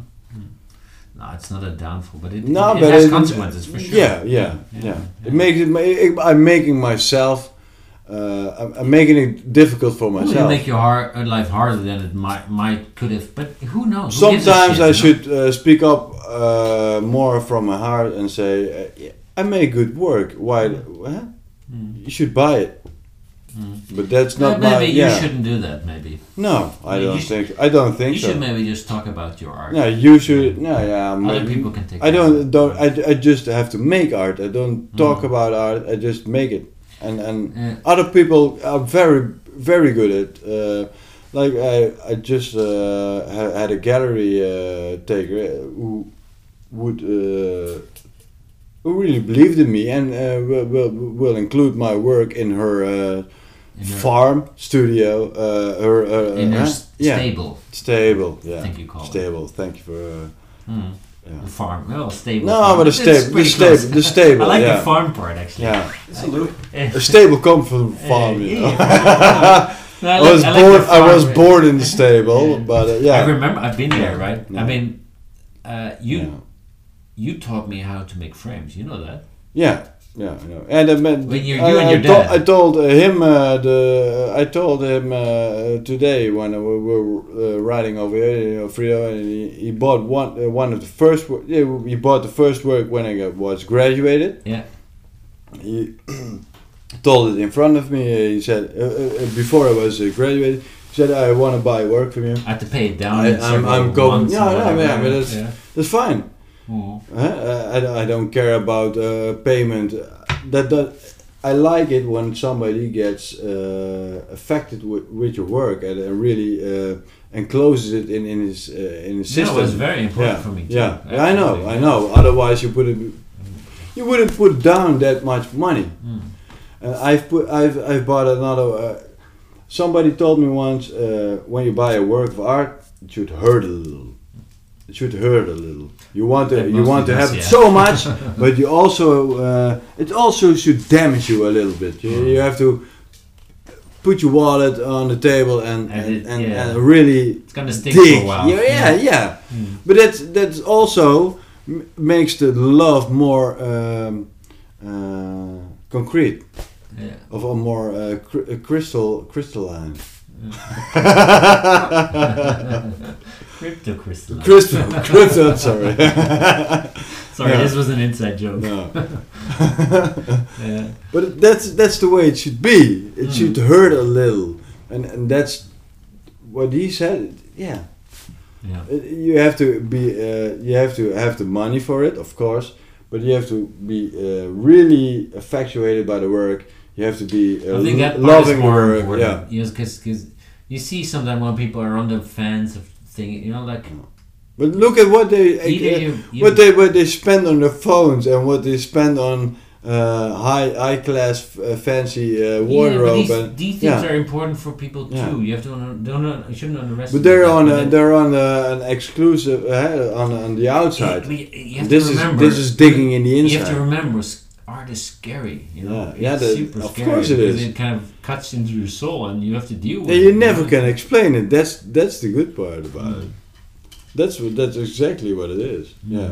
A: No, it's not a downfall, but it,
B: No,
A: it, it
B: but
A: has
B: it-
A: consequences for sure.
B: Yeah, yeah,
A: Yeah,
B: yeah.
A: yeah.
B: It makes it. ma- it- I'm making myself. Uh, I'm, I'm making it difficult for
A: It will
B: myself.
A: make your har- uh, life harder than it might, might could have, but who knows? Who gives a
B: Sometimes
A: shit,
B: I
A: you know?
B: should uh, speak up uh, more from my heart and say, uh, yeah, "I make good work. Why?
A: Hmm.
B: huh? You should buy it." But that's
A: No,
B: not my.
A: maybe you
B: yeah.
A: shouldn't do that. Maybe
B: No, I
A: You
B: don't
A: should-
B: think. I don't think
A: you
B: so.
A: should maybe just talk about your art.
B: no, you should. No, yeah.
A: Other
B: maybe-
A: people can take.
B: I
A: that. Hmm.
B: don't. Don't. I, I. just have to make art. I don't talk about art. I just make it. And and
A: Yeah.
B: other people are very very good at. Uh, like I. I just uh, ha- had a gallery uh, taker uh, who would. Uh, who really believed in me and uh, will, will, will include my work in her uh,
A: In her-
B: farm studio uh, her, uh,
A: in
B: uh,
A: your s-
B: yeah
A: stable
B: stable yeah
A: Thank you, Colin.
B: stable thank you for uh,
A: mm,
B: Yeah.
A: farm. Well, stable.
B: no,
A: farm.
B: but a
A: It's
B: stable, the
A: pretty
B: stable,
A: close.
B: the stable.
A: I like
B: yeah.
A: the farm part actually.
B: Yeah,
D: It's a loop.
A: Eh,
B: a stable comes from the farm.
A: eh,
B: You
A: yeah.
B: know?
A: No,
B: I
A: like-
B: was
A: I like the
B: born. I
A: farm
B: was
A: bit.
B: born in the stable,
A: Yeah.
B: but uh,
A: I
B: yeah,
A: remember. I've been there, right? I
B: Yeah.
A: mean, uh, you
B: yeah,
A: you taught me how to make frames. You know that.
B: yeah, yeah. I know. And I meant,
A: When you-
B: I,
A: you and
B: I
A: your
B: tol-
A: dad.
B: I told uh, him uh, the. I told him uh, today when we were uh, riding over here, you know, Frio, and he, he bought one uh, one of the first. wo- Yeah, he bought the first work when I got- was graduated.
A: Yeah.
B: he told it in front of me. He said uh, uh, uh, before I was uh, graduated, he said I want to buy work from you.
A: I had to pay it down.
B: I-
A: in
B: I'm-
A: several
B: I'm going-
A: months
B: Yeah,
A: or
B: yeah,
A: whatever,
B: yeah, but it's-
A: yeah.
B: That's fine.
A: Mm.
B: Huh? Uh, I, don't- I don't care about uh, payment. That that I like it when somebody gets uh, affected with, with your work and, and really uh, encloses it in in his uh, in his
A: That
B: system.
A: was very important
B: yeah,
A: for me. Too.
B: yeah. Yeah, I know,
A: Absolutely.
B: I know. Otherwise, you wouldn't you wouldn't put down that much money.
A: Mm.
B: Uh, I've put I've I've bought another. Uh, somebody told me once uh, when you buy a work of art, it should hurt a little. It should hurt a little. You want to
A: It
B: you want
A: mostly
B: to have
A: does, yeah.
B: it so much, but you also uh, it also should damage you a little bit. You,
A: Mm.
B: you have to put your wallet on the table and
A: And
B: and,
A: it-
B: and,
A: yeah.
B: and really
A: It's gonna stick
B: dig.
A: for a while. Mm.
B: Yeah, yeah, yeah. but that's that's also m- makes the love more um, uh, concrete,
A: Yeah.
B: of a more uh, cr- uh, crystal crystalline.
A: Crypto crystal.
B: crystal, crystal. Sorry.
A: Sorry,
B: Yeah.
A: this was an inside joke.
B: no.
A: Yeah.
B: But that's that's the way it should be. It
A: Mm.
B: should hurt a little, and and that's what he said. Yeah,
A: Yeah.
B: Uh, you have to be. Uh, you have to have the money for it, of course. But you have to be uh, really infatuated by the work. You have to be uh,
A: I think that
B: lo-
A: part
B: loving
A: is more
B: work.
A: important.
B: Yeah,
A: because you see sometimes when people are on the fans of thing, you know, like
B: but look at what they uh,
A: either you, you
B: what they what they spend on their phones and what they spend on uh, high high class uh, fancy uh,
A: Yeah, but
B: wardrobe
A: these,
B: and
A: these things
B: yeah.
A: are important for people too.
B: Yeah.
A: You have to under, don't un- you shouldn't underestimate.
B: But they're
A: that.
B: on
A: But
B: a,
A: then-
B: they're on a, an exclusive uh, on on the outside.
A: but you- you have
B: This
A: to
B: is-
A: remember,
B: this is digging in the
A: You have to
B: inside.
A: remember, s- art is scary. You know,
B: Yeah, yeah,
A: it's
B: the-
A: super
B: of
A: scary
B: course it
A: because
B: is.
A: It kind of cuts into your soul, and you have to deal with.
B: And
A: it.
B: you never
A: know?
B: can explain it. That's that's the good part about
A: Hmm.
B: it. That's what that's exactly what it is. Yeah,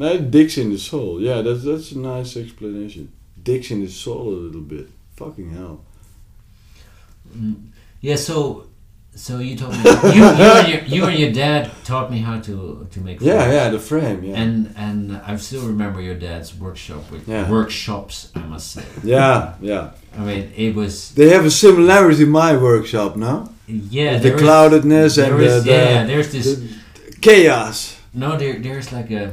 B: Now it digs in the soul. Yeah, that's that's a nice explanation. Digs in the soul a little bit. Fucking hell.
A: Mm. Yeah, so so you told me you, you, and your, you and your dad taught me how to to make.
B: Yeah,
A: films.
B: yeah, the frame. Yeah,
A: And and I still remember your dad's workshop with
B: Yeah.
A: workshops. I must say,
B: yeah, yeah.
A: I mean it was
B: They have a similarity in my workshop now.
A: yeah
B: the
A: there is-
B: cloudedness and
A: there
B: the,
A: is-
B: the-
A: yeah there's this
B: the chaos.
A: no there there's like a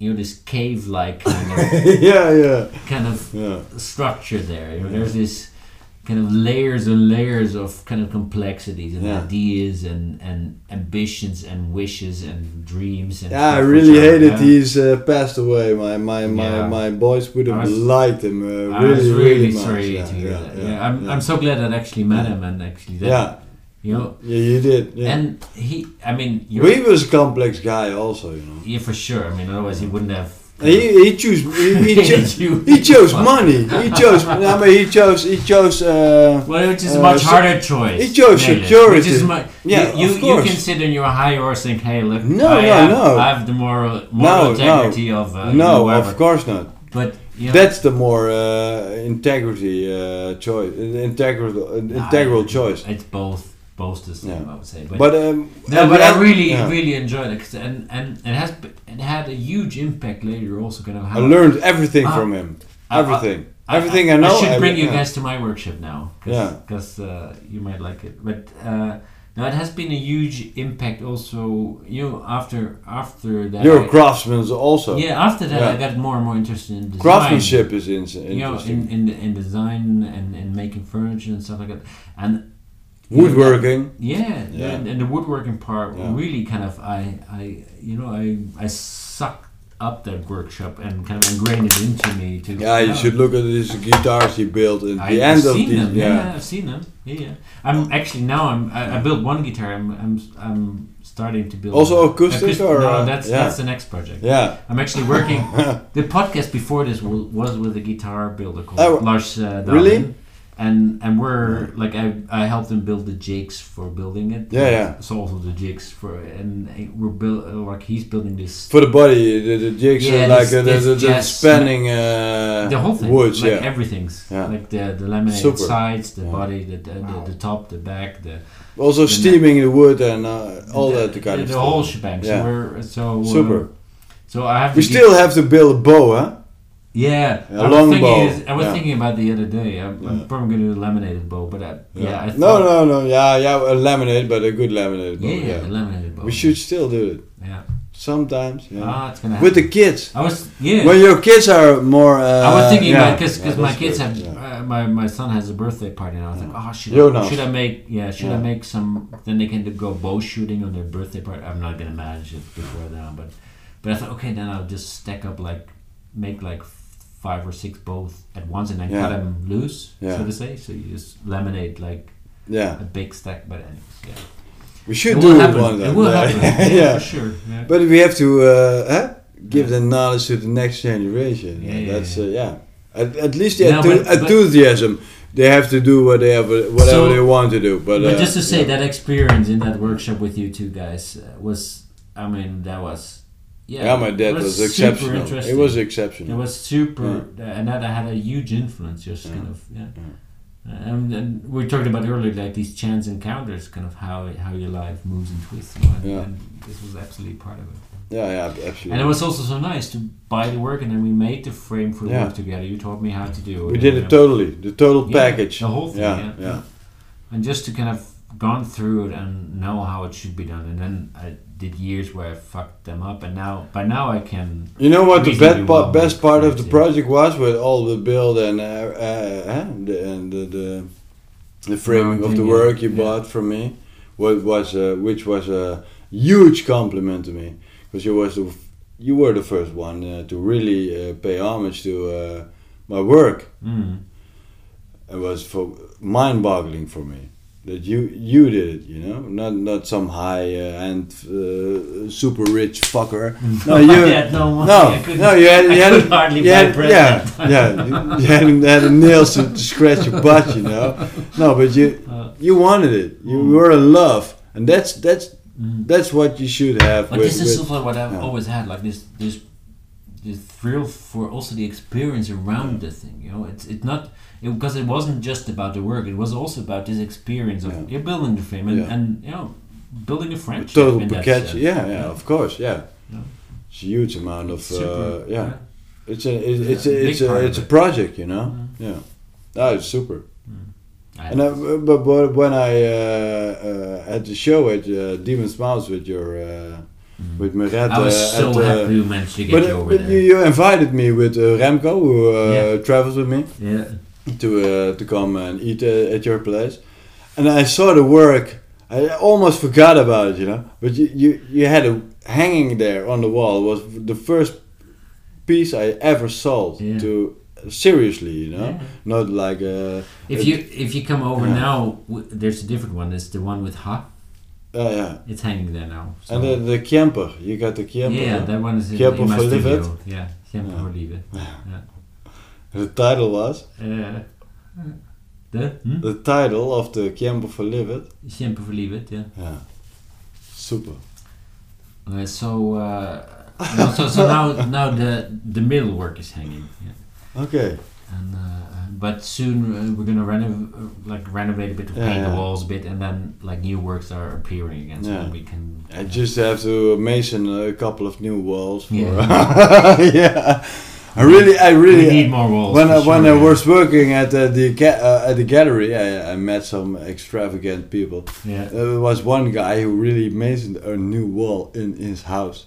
A: you know this cave like kind
B: yeah, yeah,
A: of kind of
B: yeah.
A: structure there. You know, there's this kind of layers and layers of kind of complexities and
B: Yeah.
A: ideas and, and ambitions and wishes and dreams and
B: Yeah, I
A: stuff which
B: really
A: are-
B: hated
A: yeah.
B: he's uh, passed away. My my my,
A: Yeah.
B: my boys would have
A: I was-
B: liked him. Uh,
A: I
B: really,
A: was really,
B: really much.
A: sorry
B: yeah,
A: to hear
B: yeah,
A: that.
B: Yeah,
A: Yeah, I'm,
B: yeah.
A: I'm so glad that I actually met him and actually that
B: yeah,
A: you know
B: yeah, you did. Yeah.
A: and he I mean you're
B: he was a complex guy, also. You know,
A: yeah for sure I mean otherwise he wouldn't have
B: And he he chose he, he, cho-
A: You-
B: he chose money. He chose. I mean, he chose. He chose. Uh,
A: well, which is a
B: uh,
A: much
B: so-
A: harder choice.
B: he chose
A: Nele, Which
B: security.
A: is mu-
B: Yeah,
A: you, you,
B: of course.
A: you can sit in your high horse and hey, look,
B: No,
A: I,
B: no,
A: have,
B: no.
A: I have the moral,
B: no,
A: moral
B: no,
A: integrity of uh, you know,
B: no.
A: whatever.
B: Of course not.
A: But you know,
B: That's the more uh, integrity uh, choice, integral,
A: I-
B: integral choice.
A: It's both, both the same, I would say. But,
B: But um,
A: no,
B: at
A: but
B: the
A: I
B: end-
A: really,
B: yeah.
A: really enjoyed it, 'cause- and and it has been- it had a huge impact later. Also, kind of how
B: I learned everything
A: Ah.
B: from him.
A: I- I-
B: Everything. everything I, know.
A: should
B: I-
A: bring you
B: yeah.
A: guys to my workship now,
B: Yeah.
A: because uh, you might like it. But uh, no, it has been a huge impact. Also, you know, after after that,
B: You're
A: I-
B: a craftsman also.
A: Yeah, after that,
B: Yeah.
A: I got more and more interested in design.
B: Craftsmanship is ins-
A: You know,
B: interesting.
A: in, in, in design and, and making furniture and stuff like that. And
B: Woodworking.
A: yeah,
B: Yeah.
A: And, and the woodworking part
B: Yeah.
A: really kind of, I, I you know, I, I sucked up that workshop and kind of ingrained it into me. To, oh,
B: Yeah, you should look at these guitars he built at
A: I've
B: the end of
A: seen
B: the
A: them. Yeah. I've seen them. Yeah, yeah. I'm actually now. I'm. I, I built one guitar. I'm. I'm. I'm starting to build
B: Also acoustic or,
A: no?
B: uh,
A: That's
B: yeah.
A: that's the next project.
B: Yeah.
A: I'm actually working. the podcast before this wa- was with a guitar builder called
B: Oh,
A: Lars uh, Dahlin.
B: really?
A: And and we're like I, I helped him build the jigs for building it.
B: Yeah, yeah.
A: So also the jigs for and uh, we're build like he's building this
B: For the body, the, the jigs
A: Yeah,
B: are like
A: this-
B: uh, the,
A: this
B: the, the
A: jazz-
B: spanning uh,
A: the whole thing
B: woods.
A: like
B: yeah.
A: everything's
B: Yeah.
A: like the the laminated
B: Super.
A: sides, the
B: Yeah.
A: body, the the, the the top, the back, the
B: Also
A: the-
B: steaming the wood and uh, all
A: the,
B: that kind
A: the,
B: of
A: the
B: stuff.
A: whole shebang. So
B: Yeah.
A: we're so uh,
B: Super.
A: so I have
B: We
A: to get-
B: still have to build a bow, huh?
A: Yeah,
B: A
A: I was
B: long
A: thinking
B: bow,
A: is- I was
B: yeah.
A: thinking about the other day. I'm,
B: Yeah.
A: I'm probably gonna do a laminated bow, but I, yeah, I
B: no,
A: thought-
B: no, no. Yeah, yeah. A laminate, but a good laminate.
A: yeah,
B: bow,
A: yeah,
B: yeah.
A: a laminated bow.
B: We should still do it
A: yeah.
B: sometimes. Yeah.
A: Ah, it's gonna happen.
B: With the kids.
A: I was, yeah.
B: When your kids are more. Uh,
A: I was thinking
B: yeah.
A: about because
B: Yeah,
A: my
B: that's
A: kids
B: good,
A: have
B: yeah.
A: uh, my my son has a birthday party and I was like, oh, should I,
B: Jonas.
A: should I make yeah should I
B: Yeah.
A: make some? Then they can go bow shooting on their birthday party. I'm not gonna manage it before then, but but I thought okay, then I'll just stack up like make like five or six bows at once and then
B: Yeah.
A: cut them loose,
B: Yeah.
A: so to say. So you just laminate like
B: Yeah.
A: a big stack, but anyways, yeah.
B: We should
A: it
B: do
A: will
B: it
A: happen.
B: one day.
A: It will
B: yeah.
A: happen.
B: yeah.
A: Yeah, for sure. Yeah.
B: But we have to uh, huh? give the knowledge to the next generation.
A: Yeah, yeah,
B: That's uh, yeah. At, at least the
A: No,
B: enthu-
A: but- but-
B: enthusiasm. They have to do what they have, uh, whatever
A: So-
B: they want to do. But,
A: but
B: uh,
A: just to say
B: yeah.
A: that experience in that workshop with you two guys uh, was I mean, that was. Yeah,
B: Yeah, my dad
A: it
B: was,
A: super
B: exceptional. It
A: interesting.
B: was
A: It
B: exceptional.
A: was super, uh, and that had a huge influence. Just kind of, yeah. Uh, And, and we talked about earlier, like these chance encounters, kind of how how your life moves and twists. You know, and,
B: Yeah.
A: and this was absolutely part of it.
B: yeah, yeah, absolutely.
A: And it was also so nice to buy the work, and then we made the frame for the
B: Yeah.
A: work together. You taught me how to do it.
B: we did
A: and,
B: it totally, the total
A: Yeah,
B: package.
A: the whole thing,
B: Yeah,
A: yeah.
B: yeah.
A: and just to kind of gone through it and know how it should be done. And then I did years where I fucked them up, and now by now I can.
B: You know what the
A: Reasonably
B: best part,
A: well
B: best part of the
A: decorated.
B: project was with all the build and uh, uh, uh, the, and the, the the framing of the
A: Mounting, yeah.
B: work you
A: Yeah.
B: bought from me, what was uh, which was a huge compliment to me because you was the f- you were the first one uh, to really uh, pay homage to uh, my work.
A: Mm,
B: It was for mind-boggling for me that you you did it. You know, not not some high uh, end uh, super rich fucker. No, you.
A: yeah, no,
B: No,
A: I couldn't-
B: no, you had,
A: I
B: you had,
A: could hardly
B: you had-
A: buy bread
B: yeah,
A: that time.
B: yeah, you, you hadn't had the nails to, to scratch your butt, you know. No, but you
A: Uh,
B: you wanted it. You were in love, and that's that's
A: Mm.
B: that's what you should have.
A: But
B: with,
A: this is
B: with-
A: also what I've
B: yeah.
A: always had, like this this this thrill for also the experience around the thing. You know, it's it's not it, because it wasn't just about the work; it was also about this experience of
B: Yeah.
A: you're building the frame and,
B: Yeah.
A: and you know building a friendship.
B: total
A: in that
B: package.
A: sense.
B: Yeah, yeah, of course, yeah.
A: Yeah.
B: It's a huge amount of uh,
A: Super,
B: yeah. It's a it's it's
A: Yeah,
B: a,
A: big
B: it's a,
A: part of
B: it's a
A: it. Uh-huh.
B: project, you know. Yeah, that is super.
A: I-
B: And I, but, but when I uh, uh, had the show at uh, Demon's Mouse with your uh, with Meret,
A: Mm-hmm. I was
B: uh,
A: so
B: at, uh,
A: happy you managed to get
B: But,
A: you
B: uh,
A: over
B: but
A: there.
B: you, you invited me with uh, Remco, who uh,
A: Yeah.
B: travels with me,
A: yeah,
B: to uh, to come and eat uh, at your place, and I saw the work. I almost forgot about it, you know. But you you, you had a hanging there on the wall was the first piece I ever sold
A: Yeah.
B: to seriously, you know,
A: Yeah.
B: not like uh, a
A: if
B: it-
A: you if you come over
B: yeah.
A: now, w- there's a different one. It's the one with ha.
B: uh, yeah.
A: It's hanging there now. So.
B: And the, the camper, you got the camper.
A: yeah,
B: huh?
A: that one is in,
B: Kjemper
A: in my
B: for Livet.
A: studio. Yeah, Kjemper
B: Yeah.
A: for Livet.
B: the title was
A: Uh, the hm?
B: the title of the camper for Livid.
A: Kjemper for Livet, yeah.
B: Yeah, super.
A: Uh, so, uh, no, so so now now the the middle work is hanging. Yeah.
B: Okay.
A: And uh, but soon uh, we're gonna renov- uh, like renovate a bit,
B: Yeah,
A: paint the
B: yeah.
A: walls a bit, and then like new works are appearing again, so
B: Yeah.
A: then we can.
B: I just have to mason a couple of new walls. For yeah.
A: Yeah.
B: I really, I really. uh,
A: we need more walls.
B: when
A: for
B: I, when
A: sure,
B: I
A: yeah.
B: was working at uh, the ga- uh, at the gallery, I, I met some extravagant people.
A: yeah.
B: There was one guy who really masoned a new wall in his house.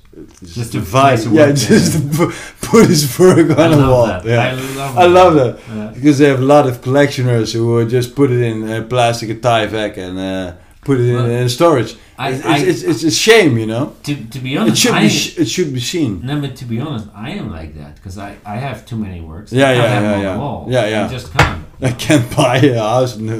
B: Just,
A: to
B: the
A: place
B: vibe,
A: the
B: yeah,
A: work there.
B: just to pu- put his work
A: I
B: on a
A: love
B: wall.
A: that.
B: Yeah.
A: I love.
B: I love that
A: Yeah.
B: because they have a lot of collectioners who uh, just put it in a plastic a tie vac and uh, put it in,
A: Well,
B: in storage.
A: I-
B: it's,
A: I-
B: it's, it's, it's a shame, you know.
A: To to be
B: It
A: honest,
B: should
A: I,
B: be sh- it should be seen.
A: No, but to be honest, I am like that because I, I have too many works.
B: Yeah,
A: I can't
B: yeah,
A: have
B: yeah,
A: them on
B: yeah.
A: the wall.
B: Yeah,
A: I
B: yeah.
A: just can't.
B: I can't buy a house no,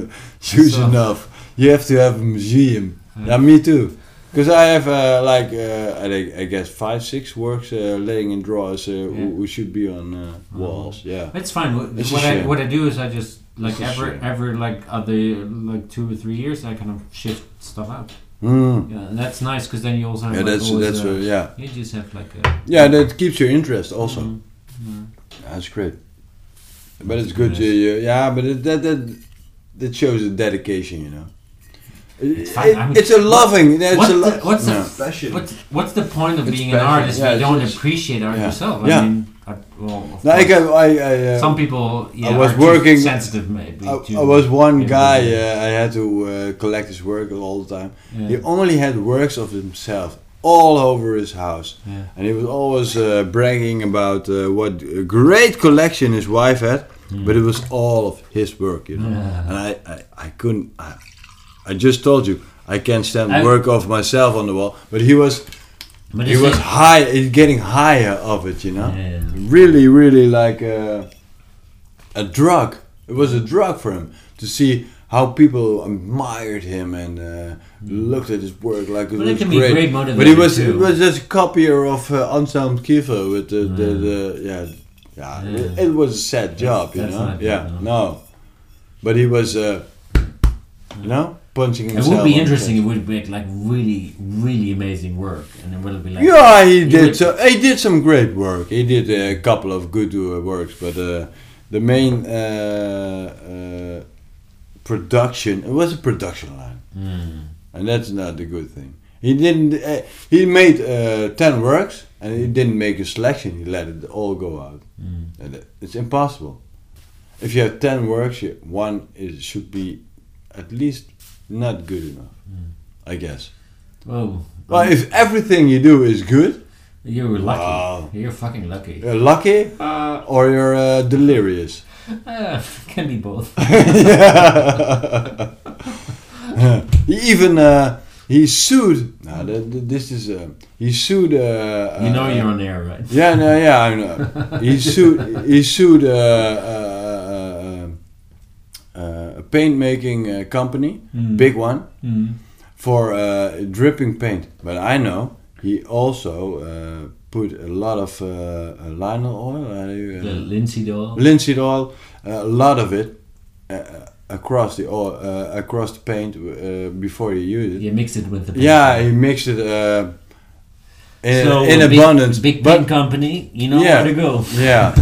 B: huge
A: So- Hmm.
B: enough. You have to have a museum. Yeah, me too. Because I have uh, like uh, I, think- I guess five six works uh, laying in drawers uh, who, who should be on
A: Oh.
B: uh, walls. Yeah.
A: It's fine. What,
B: It's a
A: what I
B: shame.
A: what I do is I just like
B: It's a
A: every
B: shame.
A: every like other like two or three years I kind of shift stuff out.
B: Mm.
A: Yeah, and that's nice because then you also have
B: Yeah,
A: like,
B: that's
A: always,
B: that's
A: uh,
B: uh, yeah
A: you just have like a
B: yeah that keeps your interest also.
A: Mm, mm.
B: That's great. But it's good.
A: Mm-hmm. Nice.
B: You, you, yeah, but it, that that that shows a dedication, you know. It's,
A: fine, I mean-
B: it's a loving. It's
A: What's
B: a lo-
A: the, what's,
B: Yeah.
A: the,
D: Passion.
A: what's what's the point of
B: It's
A: being an
B: passion.
A: artist
B: Yeah,
A: if
B: it's
A: you don't
B: just-
A: appreciate art
B: yeah.
A: yourself?
B: Yeah.
A: I mean, I, well, of
B: No, I,
A: course,
B: got- I, I, uh,
A: some people yeah,
B: was
A: are too
B: working-
A: sensitive maybe.
B: I,
A: to-
B: I was one
A: Yeah.
B: guy. Uh, I had to uh, collect his work all the time.
A: Yeah.
B: He only had works of himself all over his house,
A: Yeah.
B: and he was always uh, bragging about uh, what a great collection his wife had. But it was all of his work, you know.
A: Hmm. Yeah.
B: And I, I, I couldn't. I, I just told you I can't stand
A: I-
B: work of myself on the wall. But he was
A: But
B: he
A: it's
B: was
A: like-
B: high, he's getting higher of it, you know.
A: Yeah.
B: Really, really like a, a drug. It was a drug for him to see how people admired him and uh, looked at his work like it
A: But Mm. it
B: was
A: can be
B: great.
A: great
B: but he
A: motivator
B: was he
A: too.
B: was just a copier of uh, Anselm Kiefer with the, the, the yeah yeah. It,
A: Yeah.
B: it was a sad job, you
A: that's
B: know.
A: not good,
B: yeah, no. But he was, uh, you know, punching
A: It
B: himself.
A: would be
B: on the
A: interesting. It
B: chest.
A: would be like really, really amazing work, and then would it be like
B: Yeah, he
A: would-
B: did. So, he did some great work. He did a couple of good uh, works, but uh, the main uh, uh, production it was a production line,
A: Mm.
B: and that's not the good thing. He didn't. Uh, he made uh, ten works, and he didn't make a selection. He let it all go out.
A: Mm.
B: And it- it's impossible. If you have ten works, you, one is should be at least not good enough, I guess.
A: Well,
B: Well, if everything you do is good.
A: you were lucky.
B: Wow.
A: You're fucking lucky.
B: You're lucky
A: Uh,
B: or you're uh, delirious.
A: uh, can be both.
B: he even uh, he sued. Now th- th- this is uh, he sued. Uh,
A: You know
B: uh,
A: you're on air, right?
B: Yeah, no, yeah, I know. He sued. He sued uh, uh, uh, uh, a paint making uh, company,
A: Mm.
B: big one,
A: Mm.
B: for uh, dripping paint. But I know he also uh, put a lot of uh, uh, lionel oil. uh,
A: The
B: you- uh,
A: linseed oil.
B: linseed oil, a lot of it uh, uh, across the oil, uh, across the paint uh, before you use it.
A: You mix it with the paint.
B: Yeah, he mixed it uh, in,
A: So
B: in
A: a big-
B: abundance.
A: Big
B: but
A: paint company. You know
B: Yeah.
A: where to go.
B: yeah,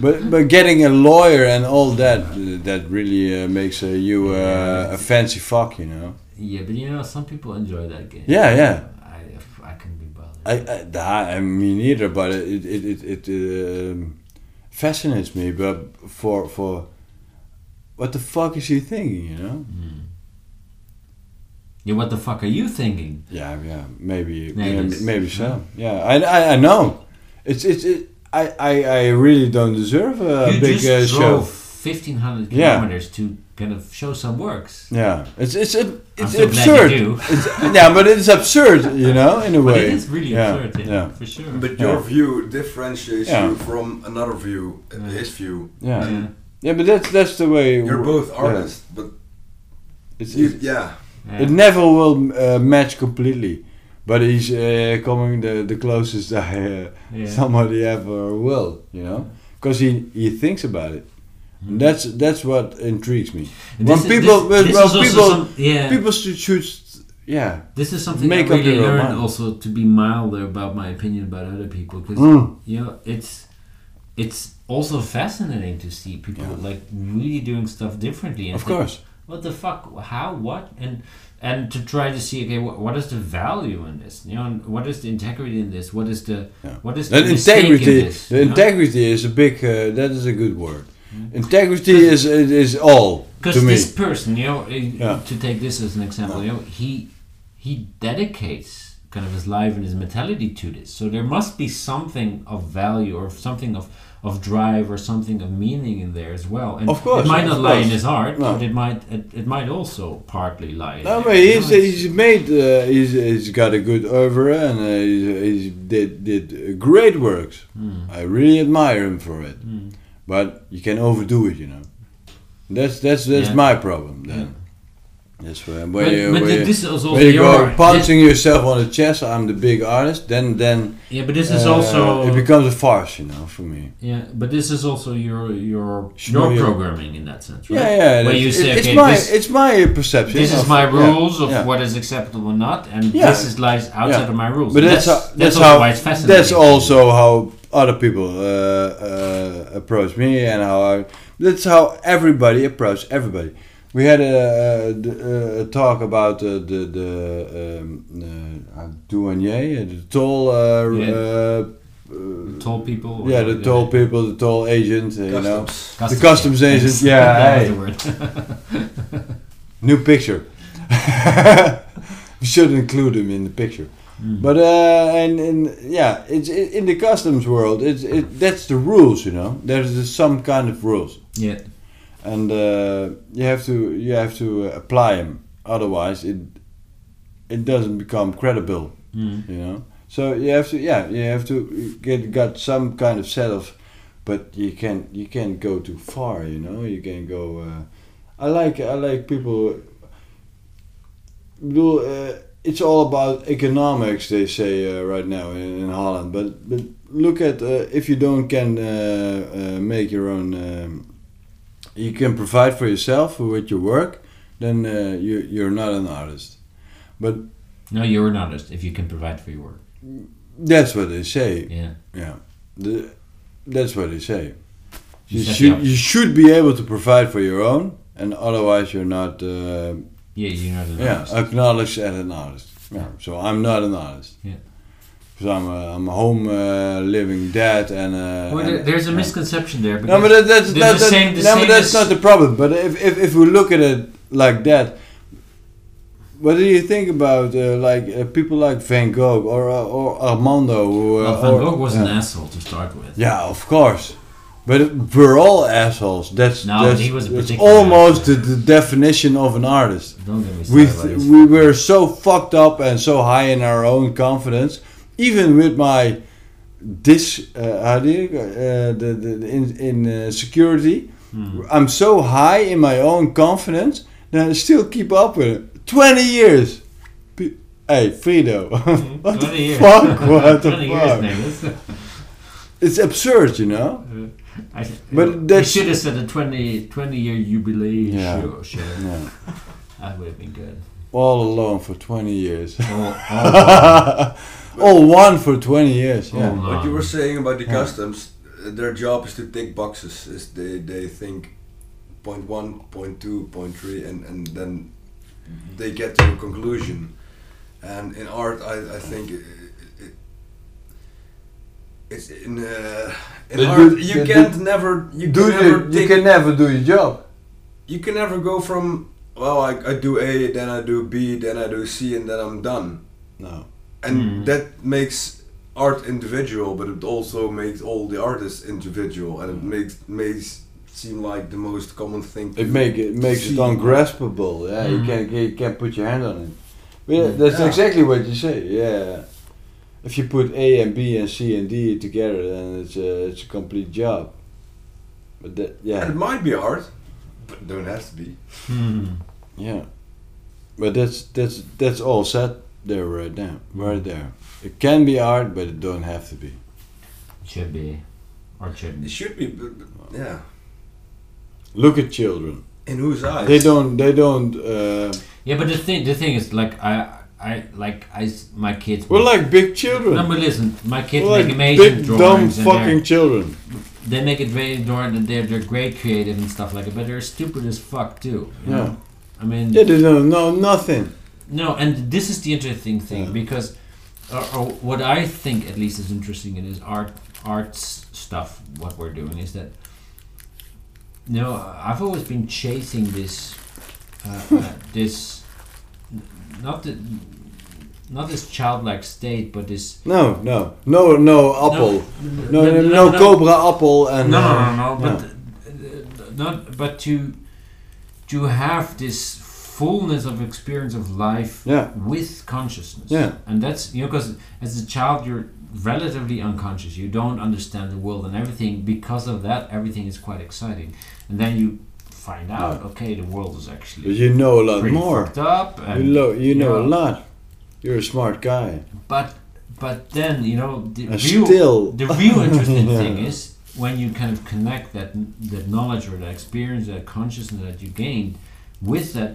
B: but but getting a lawyer and all that uh, that really uh, makes uh, you uh, a fancy fuck, you know.
A: Yeah, but you know some people enjoy that game.
B: Yeah, yeah.
A: I I can be bothered.
B: I, I, nah, I mean neither, but it er it it, it um, fascinates me. But for for what the fuck is he thinking? You know?
A: yeah, what the fuck are you thinking?
B: Yeah, yeah,
A: Nee,
B: maybe maybe,
A: dat-
B: maybe so. Yeah, I, I I know. It's it's it, I, I I really don't deserve a
A: you
B: big
A: just
B: uh,
A: drove
B: show.
A: 1500
B: Yeah.
A: kilometers to kind of show some works.
B: Yeah, it's it's it,
A: I'm
B: it's
A: so
B: absurd.
A: glad you do.
B: It's, yeah, but it's absurd, you know, in a
A: But
B: way.
A: it is really
B: Yeah,
A: absurd, yeah,
B: yeah.
A: for sure.
D: But
B: Yeah.
D: your view differentiates
B: Yeah.
D: you from another view, uh,
A: Yeah.
D: his view.
B: Yeah. yeah,
A: yeah.
B: but that's that's the way.
D: You're
B: w-
D: both artists, but
B: Yeah. It's,
D: you, yeah,
A: Yeah.
B: It never will uh, match completely, but he's uh, coming the, the closest I, uh,
A: Yeah.
B: somebody ever will, you know, because he, he thinks about it. And that's that's what intrigues me.
A: And Mm-hmm.
B: when
A: this is-
B: people
A: this-
B: when,
A: this
B: when
A: is also
B: people
A: some- yeah.
B: people should, should yeah
A: This is something
B: Make
A: I
B: up
A: really
B: your own
A: learned
B: mind.
A: also to be milder about my opinion about other people because
B: Mm.
A: you know it's it's also fascinating to see people
B: Yeah.
A: like really doing stuff differently. and
B: of
A: think,
B: course
A: What the fuck? How? What? And and to try to see okay, what, what is the value in this? You know, and what is the integrity in this? What is the
B: Yeah.
A: what is the,
B: that
A: mistake in
B: integrity
A: this,
B: the
A: you know?
B: integrity is a big uh, that is a good word. Integrity is is all to
A: Because
B: me.
A: this person, you know, i-
B: Yeah.
A: to take this as an example, you know, he he dedicates kind of his life and his mentality to this. So there must be something of value or something of of drive or something of meaning in there as well. And
B: Of course,
A: it might
B: of
A: not lie in
B: course.
A: his art,
B: No.
A: but it might it, it might also partly lie. in
B: No,
A: there,
B: but
A: you
B: he's,
A: know, it's-
B: he's made uh, he's, he's got a good oeuvre and uh, he's, he's did did great works.
A: Hmm.
B: I really admire him for it. But you can overdo it, you know. That's that's that's
A: Yeah.
B: my problem. Then that's where where
A: But-
B: you,
A: but
B: where
A: th-
B: you,
A: this is also
B: where you
A: your-
B: go punching yourself on the chest. I'm the big artist. Then then
A: yeah, but this is
B: uh,
A: also
B: it becomes a farce, you know, for me.
A: yeah, but this is also your your
B: Sure,
A: your
B: yeah.
A: programming in that sense, right?
B: Yeah, yeah.
A: Where
B: that's-
A: you say,
B: it- it's
A: okay,
B: my
A: this,
B: it's my perception.
A: this is
B: of-
A: my
B: yeah,
A: rules of
B: yeah.
A: what is acceptable or not, and
B: Yeah.
A: this is lies outside
B: Yeah.
A: of my rules.
B: But
A: And
B: that's how, that's,
A: also
B: how
A: why it's fascinating.
B: that's also how other people uh, uh, approach me and how I, that's how everybody approaches everybody. We had a, a, d- a talk about uh, the the um, uh, douanier, uh, the toll. Uh,
A: Yeah.
B: Uh,
A: tall people.
B: yeah, the toll people, the toll agent, uh, you know,
D: customs.
B: the customs agent. Yeah, hey. New picture. we should include him in the picture. But uh, and, and yeah, it's i in the customs world. It's it, that's the rules, you know. There's just some kind of rules,
A: yeah.
B: and uh, you have to you have to uh, apply them. Otherwise, it it doesn't become credible,
A: Mm.
B: you know. So you have to yeah you have to get got some kind of set of, but you can you can't go too far, you know. You can go. Uh, I like I like people ik bedoel, eh, it's all about economics, they say eh, right now in, in Holland. But, but look at eh, if you don't can eh, eh, make your own, um, you can provide for yourself with your work, then uh, you you're not an artist. But
A: No, you're an artist if you can provide for your work.
B: that's what they say.
A: Yeah.
B: Yeah, the, that's what they say. You
A: Yeah.
B: should you should be able to provide for your own, and otherwise you're not uh,
A: Yeah, you're not an
B: yeah Uh,
A: artist.
B: acknowledged as an artist. Yeah. So I'm not an artist.
A: Yeah.
B: So I'm a, I'm a home uh, living dad and. Uh,
A: Well,
B: and-
A: there, there's a
B: yeah.
A: misconception there. Because
B: No, but that, that's
A: the-
B: that,
A: the
B: that-
A: same- the
B: no, but
A: same
B: that's
A: is-
B: not the problem. But if, if if we look at it like that, what do you think about uh, like uh, people like Van Gogh or uh, or Armando? Who, uh,
A: well, Van
B: or-
A: Gogh was
B: yeah.
A: an asshole to start with.
B: Yeah, of course. But we're all assholes. That's,
A: No,
B: that's,
A: he was a
B: that's
A: particular
B: almost the, the definition of an artist.
A: Don't get me
B: We
A: started.
B: th-
A: about
B: we
A: this.
B: were so fucked up and so high in our own confidence, even with my dis uh, how do you, uh, the, the, the in, in uh, security.
A: Hmm.
B: I'm so high in my own confidence that I still keep up with it. Twenty years. P- hey, Frido, what
A: 20
B: the
A: Hmm, years.
B: fuck? What the
A: 20
B: fuck?
A: years, Nicholas.
B: It's absurd, you know.
A: Uh, I,
B: But
A: but they
B: that's-
A: should have said a 20, 20 year jubilee
B: Yeah.
A: show. show.
B: Yeah.
A: That would have been good.
B: All alone for 20 years.
A: All, all,
B: All one for 20 years.
A: all
B: Yeah.
D: What you
A: along.
D: were saying about the
B: Yeah.
D: customs, uh, their job is to tick boxes. Is they they think point one, point two, point three, and and then they get to a conclusion. And in art, I, I think it, it, it's in uh, in
B: But
D: art
B: you-
D: you
B: but
D: can't never you
B: do
D: can never
B: you, you
D: tick-
B: can never do your job.
D: you can never go from well I, I do A then I do B then I do C and then I'm done
B: No.
D: and
B: Hmm.
A: Mm.
D: that makes art individual but it also makes all the artists individual and it makes makes seem like the most common thing
B: Hmm. It, make, it makes it
D: See.
B: ungraspable. Yeah, you
A: Mhm.
B: can't you can't put your hand on it. But Mm. yeah, that's
D: Yeah.
B: exactly what you say. Yeah. If you put A and B and C and D together, then it's a, it's a complete job. But that,
D: and it
B: yeah,
D: might be art but it don't have to be
A: Hmm.
B: yeah. But that's that's that's all set there right now, right there. It can be art, but it don't have to be.
A: Should be. Or
D: it
A: shouldn't.
D: should be but, but yeah
B: Look at children.
D: in whose eyes
B: They don't. They don't. Uh,
A: Yeah, but the thing, the thing is, like, I, I, like, I, s- my kids.
B: we're
A: make-
B: like big
A: No,
B: children.
A: but listen, my kids
B: We're like
A: make amazing
B: big dumb
A: drawings. and they're-
B: fucking children.
A: they make it very adorned and they're, they're great creative and stuff like that, but they're stupid as fuck too. you
B: Yeah.
A: know? I mean,
B: Yeah, they don't know nothing.
A: no, and this is the interesting thing
B: Yeah.
A: because, or, or what I think at least is interesting in is art, arts stuff, what we're doing is that, no, I've always been chasing this, uh, uh, this, n- not the, not this childlike state, but this.
B: No, no, no, no apple. No, no, no, cobra apple and.
A: No,
B: uh,
A: no, no, no. But
B: yeah.
A: uh, uh, not. But to to have this fullness of experience of life
B: Yeah.
A: with consciousness.
B: Yeah.
A: And that's you know because as a child you're relatively unconscious. You don't understand the world and everything. Because of that, everything is quite exciting. And then you find out, okay, the world is
B: But
A: actually
B: you know a lot
A: pretty
B: more.
A: fucked up.
B: You,
A: And
B: lo- you know a
A: yeah.
B: lot. You're a smart guy.
A: but but then you know the
B: And
A: real
B: still-
A: the real interesting
B: Yeah.
A: thing is when you kind of connect that that knowledge or that experience that consciousness that you gained with that